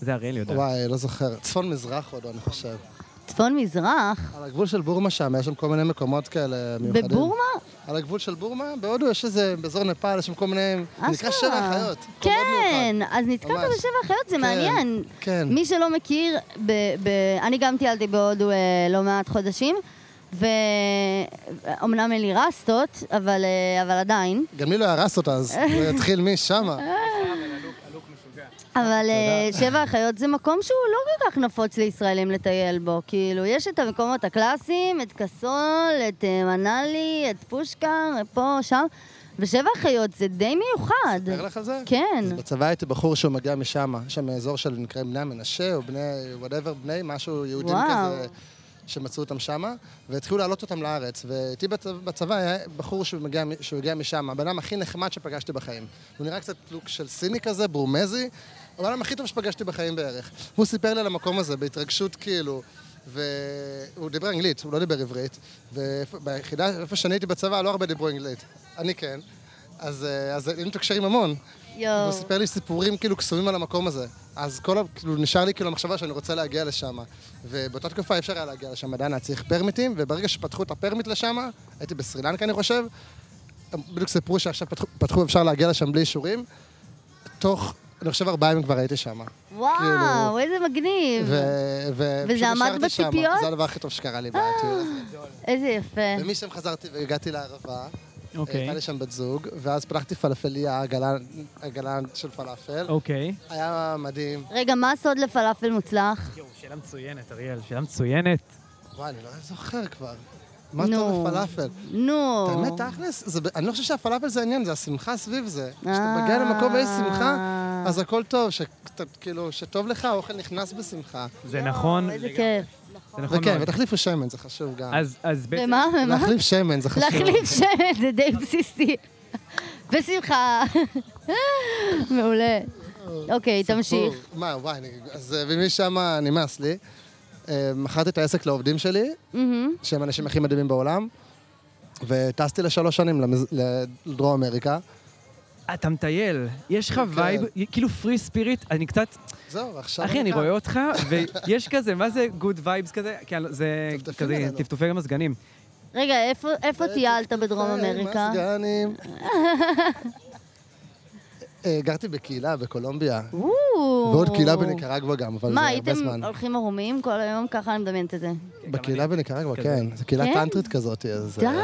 זה אריאל יודע. וואי, לא זוכר. צפון מזרח הודו, אני חושב. צפון מזרח? על הגבול של בורמה שם, יש שם כל מיני מקומות כאלה מיוחדים. בבורמה? על הגבול של בורמה, בהודו יש איזה, באזור נפאל, יש שם כל מיני... זה נקרא שבע אשכרה. החיות. כן, אז נתקעת בשבע החיות, זה כן, מעניין. כן. מי שלא מכיר, ב- ב- אני גם טיילתי בהודו אה, לא מעט חודשים, ואומנם אין לי רסטות, אבל אה, אבל עדיין. גם לי לא הרס אותה, אז הוא יתחיל (laughs) משמה. אבל אה, שבע החיות זה מקום שהוא לא כל כך נפוץ לישראלים לטייל בו. כאילו, יש את המקומות הקלאסיים, את קסול, את אה, מנאלי, את פושקר, פה, שם, ושבע החיות זה די מיוחד. ספר לך על זה? כן. אז בצבא הייתי בחור שהוא מגיע משם, יש שם אזור של נקרא בני המנשה, או בני, וואטאבר, בני משהו, יהודים וואו. כזה, שמצאו אותם שמה, והתחילו להעלות אותם לארץ. ואיתי בצבא, בצבא היה בחור שהוא מגיע, מ- שהוא הגיע משם, הבן אדם הכי נחמד שפגשתי בחיים. הוא נראה קצת לוק של סיני כזה, ברומזי, הבן אדם הכי טוב שפגשתי בחיים בערך. והוא סיפר לי על המקום הזה בהתרגשות כאילו. והוא דיבר אנגלית, הוא לא דיבר עברית, וביחידה, איפה שאני הייתי בצבא, לא הרבה דיברו אנגלית. אני כן. אז, אה, אז היינו מתקשרים המון. יואו. והוא סיפר לי סיפורים כאילו קסומים על המקום הזה. אז כל ה... כאילו נשאר לי כאילו המחשבה שאני רוצה להגיע לשם. ובאותה תקופה אי אפשר היה להגיע לשם, עדיין היה צריך פרמיטים, וברגע שפתחו את הפרמיט לשם, הייתי בסרילנקה אני חושב, הם בדיוק סיפרו שעכשיו פתחו, פתחו אפשר להגיע לשם בלי אישורים, תוך, אני חושב ארבעה ימים כבר הייתי שם. כאילו- וואו, איזה מגניב. כן. וזה עמד בציפיות? זה הדבר הכי טוב שקרה לי בטיול הזה. אה, איזה יפה. ומשם חזרתי והגעתי לערבה. אוקיי. אה, הייתה לי שם בת זוג, ואז פתחתי פלפליה, עגלה- עגלה של פלאפל. אוקיי. היה מדהים. רגע, מה הסוד לפלאפל מוצלח? שאלה מצוינת, אריאל, שאלה מצוינת. וואי, אני לא זוכר כבר. מה טוב בפלאפל? נו. באמת, תכלס, זה ב- אני לא חושב שהפלאפל זה העניין, זה השמחה סביב זה. אה. כשאתה מגיע למקום ויש שמחה, אז הכל טוב, שאתה- כאילו, שטוב לך, האוכל נכנס בשמחה. זה נכון. איזה כיף. זה נכון וכן, מאוד. כן, ותחליפו שמן, זה חשוב גם. אז- אז בעצם... ומה, ומה? להחליף שמן, זה חשוב. להחליף שמן, זה די בסיסי. בשמחה. מעולה. אוקיי, תמשיך. אה, סיפור. מה, וואי, אני- אז אה, ומשם נמאס לי. אה, מכרתי את העסק לעובדים שלי, מהמם. שהם האנשים הכי מדהימים בעולם, וטסתי לשלוש שנים למז- לדרום אמריקה. אתה מטייל, יש לך וייב, כאילו פרי ספיריט, אני קצת... זהו, עכשיו... אחי, אני כאן. רואה אותך, ויש כזה, מה זה גוד וייבס כזה? כן, זה כזה עלינו. טפטופי מזגנים. רגע, איפה- איפה טיילת בדרום אמריקה? מזגנים. אה, גרתי בקהילה בקולומביה. וואו. ועוד קהילה בניקרגואה גם, אבל זה מה, הרבה הייתם זמן. הולכים ערומים כל היום? ככה אני מדמיינת את זה. בקהילה בניקרגואה, כזה. כן. זו קהילה כן? טנטרית כזאת, אז... די! אה,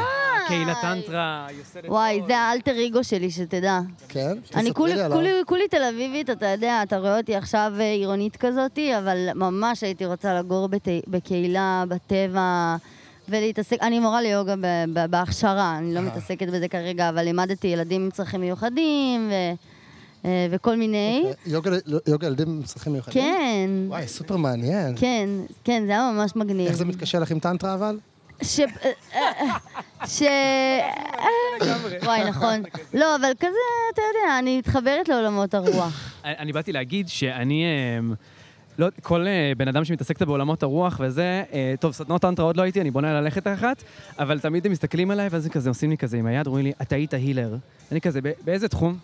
קהילה טנטרה, יוסדת... וואי, זה האלטר אגו שלי, שתדע. כן? אני תספרי כולי, לי עליו. כולי, כולי תל אביבית, אתה יודע, אתה רואה אותי עכשיו אה, עירונית כזאתי, אבל ממש הייתי רוצה לגור בת... בקהילה, בטבע, ולהתעסק, אני מורה ליוגה ב... ב... בהכשרה, אני לא אה. מתעסקת בזה כרגע, אבל לימדתי ילדים עם צרכים מיוחדים, ו... אה, וכל מיני. יוגה יוגה ילדים עם צרכים מיוחדים? כן. וואי, סופר מעניין. כן, כן, זה היה ממש מגניב. איך זה מתקשר לך עם טנטרה אבל? ש... אה, אה, ש... אה, וואי, נכון. לא, אבל כזה, אתה יודע, אני מתחברת לעולמות הרוח. אני באתי להגיד שאני... אמ, לא, כל אה, בן אדם שמתעסק בעולמות הרוח וזה, אה, טוב, סדנות טנטרה עוד לא הייתי, אני בונה ללכת אחת, אבל תמיד הם מסתכלים עליי ואז הם כזה עושים לי כזה עם היד, רואים לי, אתה היית הילר. אני כזה, "בא- באיזה תחום?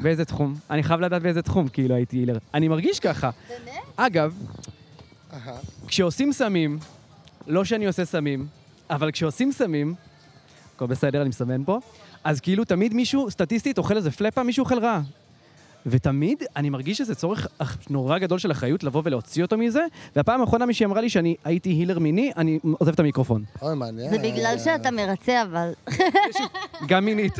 באיזה תחום? אני חייב לדעת באיזה תחום, כאילו הייתי הילר. אני מרגיש ככה. באמת? אגב, כשעושים סמים, לא שאני עושה סמים, אבל כשעושים סמים, הכל בסדר, אני מסמן פה, אז כאילו תמיד מישהו, סטטיסטית, אוכל איזה פלאפה, מישהו אוכל רע. ותמיד אני מרגיש שזה צורך אח- נורא גדול של אחריות לבוא ולהוציא אותו מזה, והפעם האחרונה מישהי אמרה לי שאני הייתי הילר מיני, אני עוזב את המיקרופון. אוי, מעניין. זה בגלל שאתה מרצה, אבל... גם (laughs) מינית.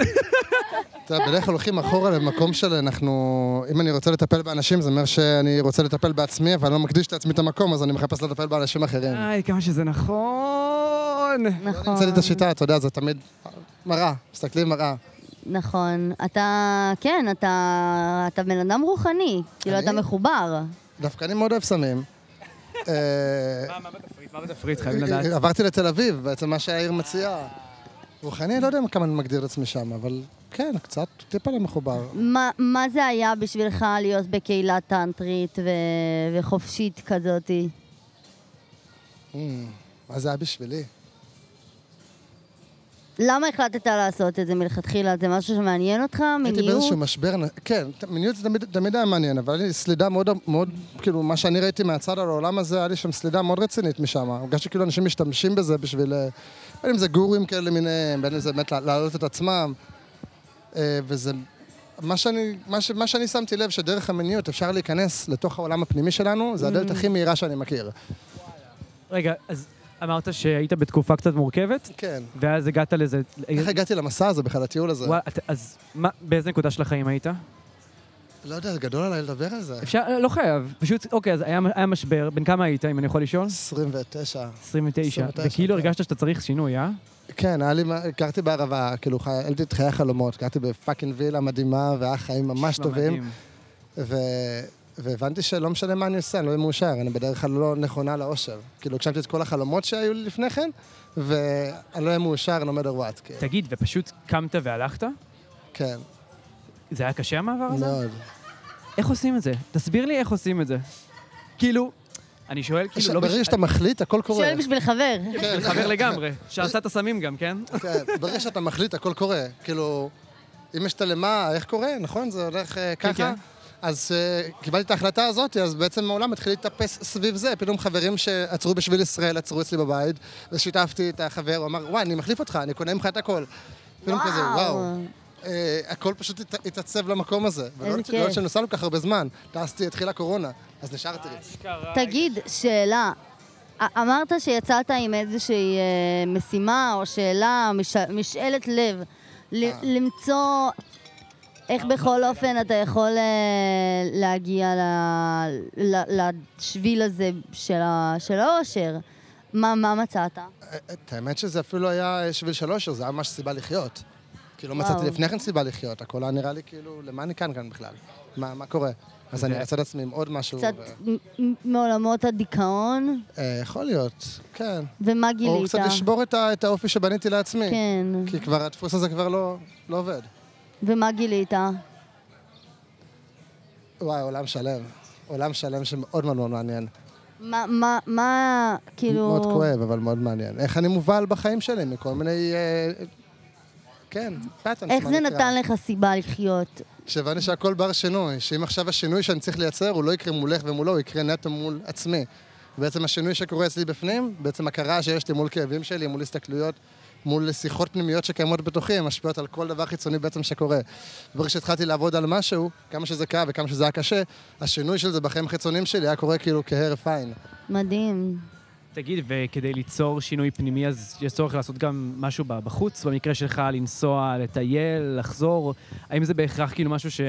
אתה יודע, בדרך כלל הולכים אחורה למקום של אנחנו... אם אני רוצה לטפל באנשים, זה אומר שאני רוצה לטפל בעצמי, אבל אני לא מקדיש לעצמי את המקום, אז אני מחפש לטפל באנשים אחרים. איי, כמה שזה נכון. נכון. נמצא לי את השיטה, אתה יודע, זה תמיד מראה, מסתכלים מראה. נכון. אתה, כן, אתה, אתה בן אדם רוחני. כאילו, אתה מחובר. דווקא אני מאוד אוהב סמים. אה, מה בתפריט, חייבים לדעת. עברתי לתל אביב, בעצם מה שהעיר מציעה. רוחני, לא יודע כמה אני מגדיר את עצמי שם, אבל כן, קצת טיפה למחובר. מה, מה זה היה בשבילך להיות בקהילה טנטרית ו... וחופשית כזאתי? Mm. אמ, מה זה היה בשבילי? למה החלטת לעשות את זה מלכתחילה? זה משהו שמעניין אותך? מיניות? הייתי באיזשהו משבר, נ- כן, ת- מיניות זה תמיד- תמיד היה מעניין, אבל היה לי סלידה מאוד, מאוד, כאילו, מה שאני ראיתי מהצד על העולם הזה, היה לי שם סלידה מאוד רצינית משם. הרגשתי כאילו אנשים משתמשים בזה בשביל, אה, בין אם זה גורים כאלה למיניהם, בין אם זה באמת לה- להעלות את עצמם, אה, וזה... מה שאני, מה, ש, מה שאני שמתי לב, שדרך המיניות אפשר להיכנס לתוך העולם הפנימי שלנו, זה הדלת Mm. הכי מהירה שאני מכיר. רגע, אז אמרת שהיית בתקופה קצת מורכבת? כן. ואז הגעת לזה... איך הגעתי למסע הזה בכלל, לטיול הזה? וואי, אתה- אז מה- באיזה נקודה של החיים היית? לא יודע, גדול עליי לדבר על זה. אפשר, לא חייב, פשוט, אוקיי, אז היה היה משבר, בן כמה היית, אם אני יכול לשאול? 29. 29. 29, וכאילו הרגשת שאתה צריך שינוי, אה? כן, היה לי, מה- גרתי בערבה, כאילו חייתי את חיי החלומות, גרתי בפאקינג וילה מדהימה, והיה חיים ממש שמע, טובים. מדהים. ו... והבנתי שלא משנה מה אני עושה, אני לא אהיה מאושר, אני בדרך כלל לא נכונה לאושר. כאילו, הגשמתי את כל החלומות שהיו לי לפני כן, ואני לא אהיה מאושר, no matter what. כאילו. תגיד, ופשוט קמת והלכת? כן. זה היה קשה המעבר הזה? מאוד. איך עושים את זה? תסביר לי איך עושים את זה. כאילו, אני שואל, כאילו, לא... כן, ברגע שאתה כן. מחליט, הכל קורה. שואל בשביל חבר. בשביל חבר (laughs) לגמרי, שעשה את הסמים גם, כן? כן, ברגע שאתה מחליט, הכל קורה. כאילו, אם יש תלמה, איך קורה, נכון? זה הולך אה, ככה. כן. אז אה, קיבלתי את ההחלטה הזאת, אז בעצם העולם התחיל להתאפס סביב זה. פתאום חברים שעצרו בשביל ישראל עצרו אצלי בבית, ושיתפתי את החבר, הוא אמר, וואי, אני מחליף אותך, אני קונה ממך את הכל. פתאום וואו. כזה, וואו. אה, הכל פשוט הת- התעצב למקום הזה. ולא איזה לא כיף. שנוסע כל כך הרבה זמן. טסתי, התחילה קורונה, אז נשארתי. תגיד, שאלה. א- אמרת שיצאת עם איזושהי אה, משימה או שאלה, מש... משאלת לב, ל... אה. למצוא איך אוקיי. בכל אופן אתה יכול אה, להגיע ל... ל... לשביל הזה של, ה... של האושר. מה, מה מצאת? את האמת שזה אפילו היה אה, שביל שלוש, זה היה ממש סיבה לחיות. כאילו, לא מצאתי וואו. לפני כן סיבה לחיות, הכל היה נראה לי כאילו, למה אני כאן כאן בכלל? מה, מה קורה? אז אני אעשה את עצמי עם עוד משהו. קצת ו- מ- מ- מעולמות הדיכאון? אה, יכול להיות, כן. ומה גילית? או קצת לשבור את ה- את האופי שבניתי לעצמי. כן. כי כבר הדפוס הזה כבר לא לא עובד. ומה גילית? וואי, עולם שלם. עולם שלם שמאוד מאוד מאוד מעניין. מה, מה, מה, כאילו... מאוד כואב, אבל מאוד מעניין. איך אני מובל בחיים שלי מכל מיני... אה, כן, פטרנס. איך מה זה נקרא. נתן לך סיבה לחיות? שהבנתי שהכל בר שינוי, שאם עכשיו השינוי שאני צריך לייצר, הוא לא יקרה מולך ומולו, הוא יקרה נטו מול עצמי. בעצם השינוי שקורה אצלי בפנים, בעצם הכרה שיש לי מול כאבים שלי, מול הסתכלויות מול שיחות פנימיות שקיימות בתוכי, הן משפיעות על כל דבר חיצוני בעצם שקורה. ברגע שהתחלתי לעבוד על משהו, כמה שזה כאב וכמה שזה היה קשה, השינוי של זה בחיים החיצוניים שלי היה קורה כאילו כהרף עין. מדהים. תגיד, וכדי ליצור שינוי פנימי, אז יש צורך לעשות גם משהו ב- בחוץ? במקרה שלך, לנסוע, לטייל, לחזור? האם זה בהכרח כאילו משהו ש...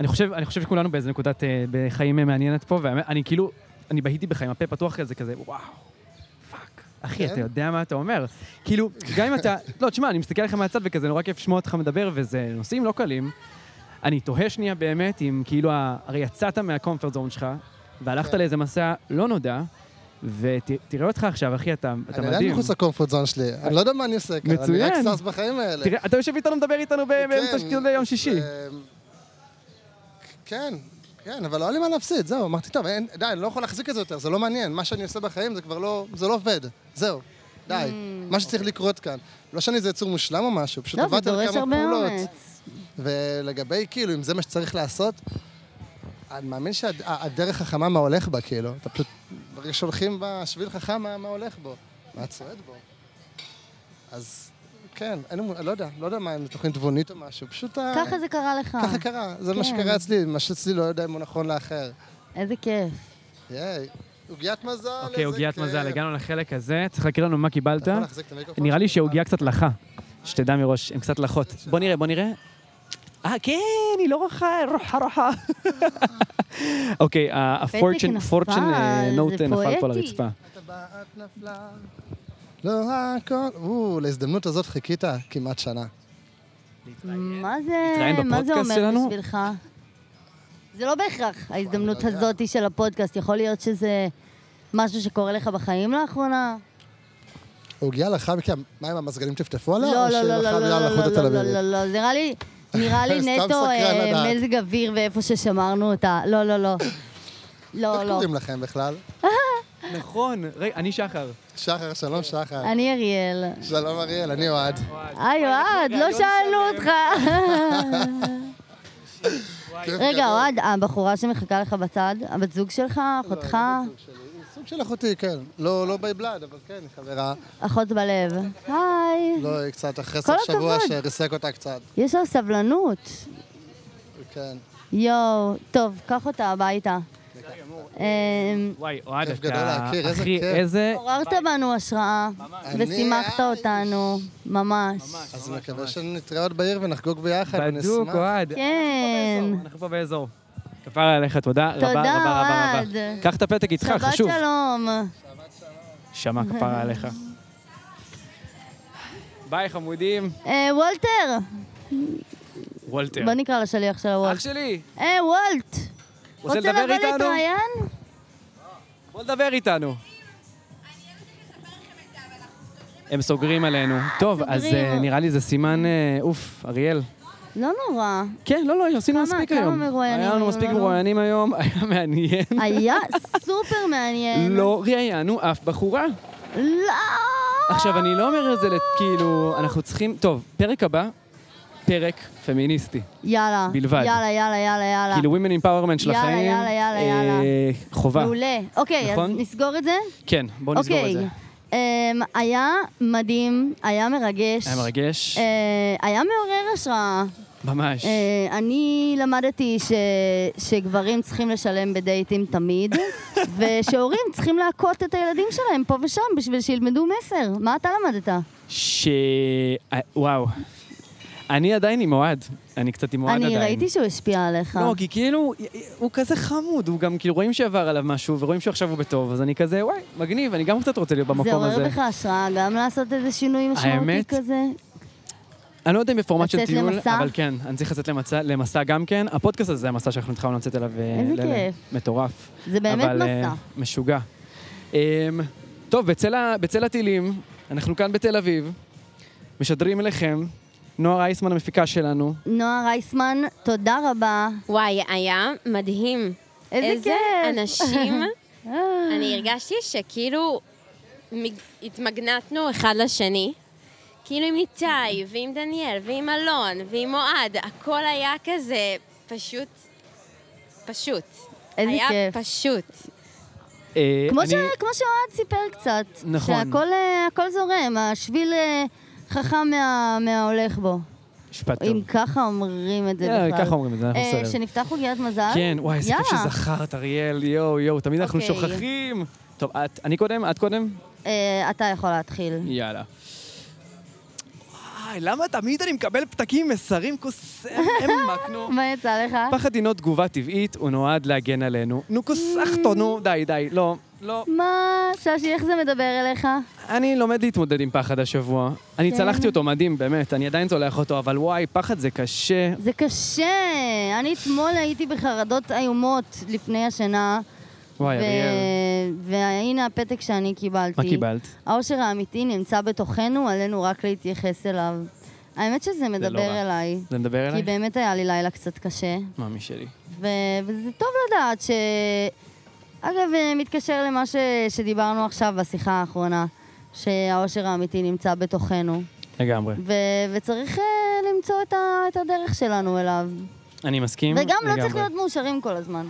אני חושב, אני חושב שכולנו באיזה נקודת אה, בחיים מעניינת פה, ואני כאילו, אני בהיתי בחיים, הפה פתוח כזה, כזה, וואו, פאק. אחי, כן? אתה יודע מה אתה אומר. כאילו, גם אם אתה... (laughs) לא, תשמע, אני מסתכל עליך מהצד וכזה, נורא כיף לשמוע אותך מדבר, וזה נושאים לא קלים. אני תוהה שנייה באמת אם כאילו, ה- הרי יצאת מהקומפרט זון שלך, והלכת כן. לאיזה מסע לא נודע, ותראה אותך עכשיו, אחי, אתה אתה מדהים. אני עדיין מחוץ לקומפורט זון שלי, אני לא יודע מה אני עושה כאן, אני רק מצוין. שש כן, בחיים האלה. תראה, אתה יושב איתנו, מדבר איתנו ב- באמצע של יום שישי. אוקיי, כן, כן, אבל לא היה לי מה להפסיד, זהו. אמרתי, טוב, אין, די, אני לא יכול להחזיק את זה יותר, זה לא מעניין. מה שאני עושה בחיים זה כבר לא, זה לא עובד. זהו, די. מה שצריך לקרות כאן. לא שאני איזה יצור מושלם או משהו, פשוט Mm. לא, זה עבדתי על דורש כמה הרבה פעולות. אומץ. ולגבי, כאילו, אם זה מה שצריך לעשות, אני מאמין שהדרך חכמה מה הולך בה, כאילו. אתה פשוט, ברגע שהולכים בשביל חכם, מה מה הולך בו? מה צועד בו? אז כן, אין לי מ- לא יודע, לא יודע מה, אם זו תוכנית תבונית או משהו, פשוט ה... ככה זה קרה לך. ככה קרה, זה מה כן. שקרה אצלי, מה שאצלי לא יודע אם הוא נכון לאחר. איזה כיף. ייי, עוגיית מזל, איזה אוקיי, עוגיית כיף. מזל, הגענו לחלק הזה, צריך להקריא לנו מה קיבלת. אתה יכול להחזיק את המיקרופון נראה לי שהעוגיה קצת לחה, שתדע מראש, הן קצת לחות. בוא נראה, בוא נראה. אה, כן, היא לא רוחה, רוחה, רוחה. אוקיי, הפורצ'ן נפל, זה נוט אה, נפל פה על פואטי. הרצפה. הטבעת נפלה. לא הכל, או, להזדמנות הזאת חיכית כמעט שנה. מה זה, להתראיין מה זה בפודקאסט אומר שלנו? בשבילך? זה לא בהכרח ההזדמנות לא יודע. הזאת של הפודקאסט, יכול להיות שזה משהו שקורה לך בחיים לאחרונה? העוגיה לאחר מכן, מה עם המזגנים טפטפו עליה? לא, לא, או שהיא לא, לא, לחלה לא, על לא, החוט לא, לא, התל-אביבית? לא, לא, זה נראה (laughs) לי, נראה לי סתם נטו סקרן אה, לדעת. מזג אוויר ואיפה ששמרנו אותה. לא, לא, לא. לא, איך לא. קוראים (laughs) לכם בכלל? נכון, רגע, אני שחר. שחר, שלום שחר. אני אריאל. שלום אריאל, אני אוהד. היי, אוהד, לא שאלנו אותך. כן. רגע, אוהד, הבחורה שמחכה לך בצד, הבת זוג לא, שלך, אחותך, סוג של אחותי, כן. לא לא by blood, אבל כן, היא חברה. אחות בלב. היי. לא, היא קצת אחרי כל סוף שבוע הכבוד. שריסק אותה קצת. יש לה סבלנות. כן. יואו, טוב, קח אותה הביתה. אמ, וואי, אוהד, כיף גדול אתה... להכיר, איזה אחי, כיף. איזה... עוררת בנו השראה, כן. אני- ושימחת אותנו, ממש. אז אני מקווה שנתראה עוד בעיר ונחגוג ביחד, ונשמח. בדוק, אוהד. כן. אנחנו פה באזור. כפרה עליך, תודה רבה תודה, רבה רבה אוהד. רבה. קח את הפתק איתך, שבת חשוב. שלום. שמע, (laughs) כפרה עליך. ביי, חמודים. אה, וולטר, וולטר. בוא נקרא לשליח של הוולט. אח שלי. אה, וולט. רוצה רוצה לדבר לבוא איתנו? להתראיין? בוא לדבר איתנו. הם סוגרים עלינו. טוב, אז סוגרים. אה, נראה לי זה סימן, אה, אוף, אריאל. לא נורא. כן, לא, לא, עשינו מספיק היום. כמה מרואיינים היה לנו מספיק מרואיינים היום, (laughs) היה מעניין. (laughs) לא- היה סופר מעניין. לא ראיינו אף בחורה. לא. עכשיו, אני לא אומר את זה לת- כאילו, אנחנו צריכים... טוב, פרק הבא, פרק פמיניסטי. יאללה. בלבד. יאללה, יאללה, יאללה, יאללה. כאילו, women empowerment של יאללה, החיים. יאללה, יאללה, יאללה. אה, חובה. מעולה. אוקיי, אז נכון? נסגור את זה? כן, בואו נסגור את זה. אוקיי. אמ, היה מדהים, היה מרגש. היה מרגש. אה, היה מעורר השראה. ממש. אה, אני למדתי ש... שגברים צריכים לשלם בדייטים (laughs) תמיד, ושהורים צריכים להכות את הילדים שלהם פה ושם בשביל שילמדו מסר. מה אתה למדת? ש... אה, וואו. אני עדיין עם אוהד. אני קצת עם אוהד אני עדיין. ראיתי שהוא השפיע עליך. לא, כי כאילו, הוא כזה חמוד, הוא גם, כאילו, רואים שעבר עליו משהו, ורואים שעכשיו הוא בטוב, אז אני כזה, וואי, מגניב, אני גם קצת רוצה להיות זה במקום הזה. עורר בך השראה גם לעשות איזה שינוי משמעותי האמת? כזה? אני לא יודע אם בפורמט של לצאת טיול, למסע? אבל כן, אני צריך לצאת למסע, למסע גם כן. הפודקאסט הזה, המסע שאנחנו התחלנו לצאת אליו. אה, איזה ל- ל- כיף. מטורף. זה באמת אבל, אה, מסע. משוגע. אמ, טוב, בצל ה- בצל הטילים, אנחנו כאן בתל אביב, משדרים אליכם, נועה אייסמן המפיקה שלנו. נועה רייסמן, תודה רבה. וואי, היה מדהים. איזה כיף. אה. אנשים. אני הרגשתי שכאילו מג- התמגנטנו אחד לשני. כאילו עם ניתאי, ועם דניאל, ועם אלון, ועם אוהד, הכל היה כזה פשוט, פשוט. איזה היה (laughs) כיף. פשוט. אה, כמו, אני- ש... כמו שאוהד סיפר קצת. נכון. שהכל אה, הכל זורם, השביל אה, חכם מה, מההולך בו. משפט אם ככה אומרים את זה אה, בכלל. ככה אומרים את זה, אנחנו אה, בסדר. שנפתח עוגיית מזל? כן, וואי, איזה כיף יאללה. שזכרת, אריאל, יואו, יואו, תמיד אנחנו אוקיי. שוכחים. טוב, את, אני קודם? את קודם? אה, אתה יכול להתחיל. יאללה. וואי, למה תמיד אני מקבל פתקים, מסרים, כוס... (laughs) מה יצא לך? פחד הינו תגובה טבעית, הוא נועד להגן עלינו. נו, כוס אחתו, נו, די, די, לא. לא. מה, ששי, איך זה מדבר אליך? אני לומד להתמודד עם פחד השבוע. אני כן. צלחתי אותו מדהים, באמת, אני עדיין צולח אותו, אבל וואי, פחד זה קשה. זה קשה. אני אתמול הייתי בחרדות איומות לפני השינה. וואי, ו- אריאל. והנה הפתק שאני קיבלתי. מה קיבלת? האושר האמיתי נמצא בתוכנו, עלינו רק להתייחס אליו. האמת שזה מדבר לא רע. אליי. זה מדבר אליי? כי באמת היה לי לילה קצת קשה, מאמי שלי. ו- וזה טוב לדעת ש... אגב, אה, מתקשר למה ש... שדיברנו עכשיו בשיחה האחרונה, שהאושר האמיתי נמצא בתוכנו, לגמרי. ו... וצריך אה, למצוא את, ה... את הדרך שלנו אליו. אני מסכים. וגם לא צריך לגמרי. להיות מאושרים כל הזמן.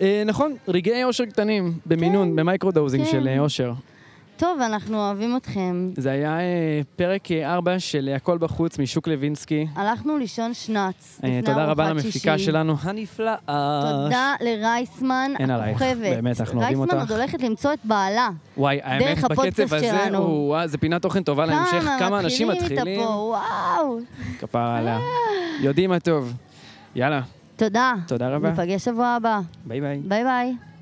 אה, נכון, רגעי אושר קטנים, במינון, במייקרודאוזינג כן. של אה, אושר. טוב, אנחנו אוהבים אתכם. זה היה אה, פרק 4 של אה, הכל בחוץ משוק לוינסקי. הלכנו לישון שנץ אה, לפני תודה רבה ארוחת למפיקה שישי. שלנו הנפלאה. תודה לרייסמן, אין עלייך, הכוכבת. באמת, אנחנו אוהבים רייסמן אותך. עוד הולכת למצוא את בעלה. וואי, האמת, דרך הפודקאסט בקצב הזה, שלנו. הוא- וואי, זה פינת תוכן טובה להמשך, כמה אנשים מתחילים. איתה פה, וואו. כפרה עליה. יודעים מה טוב. יאללה, תודה. תודה רבה. ניפגש שבוע הבא. ביי ביי. ביי ביי.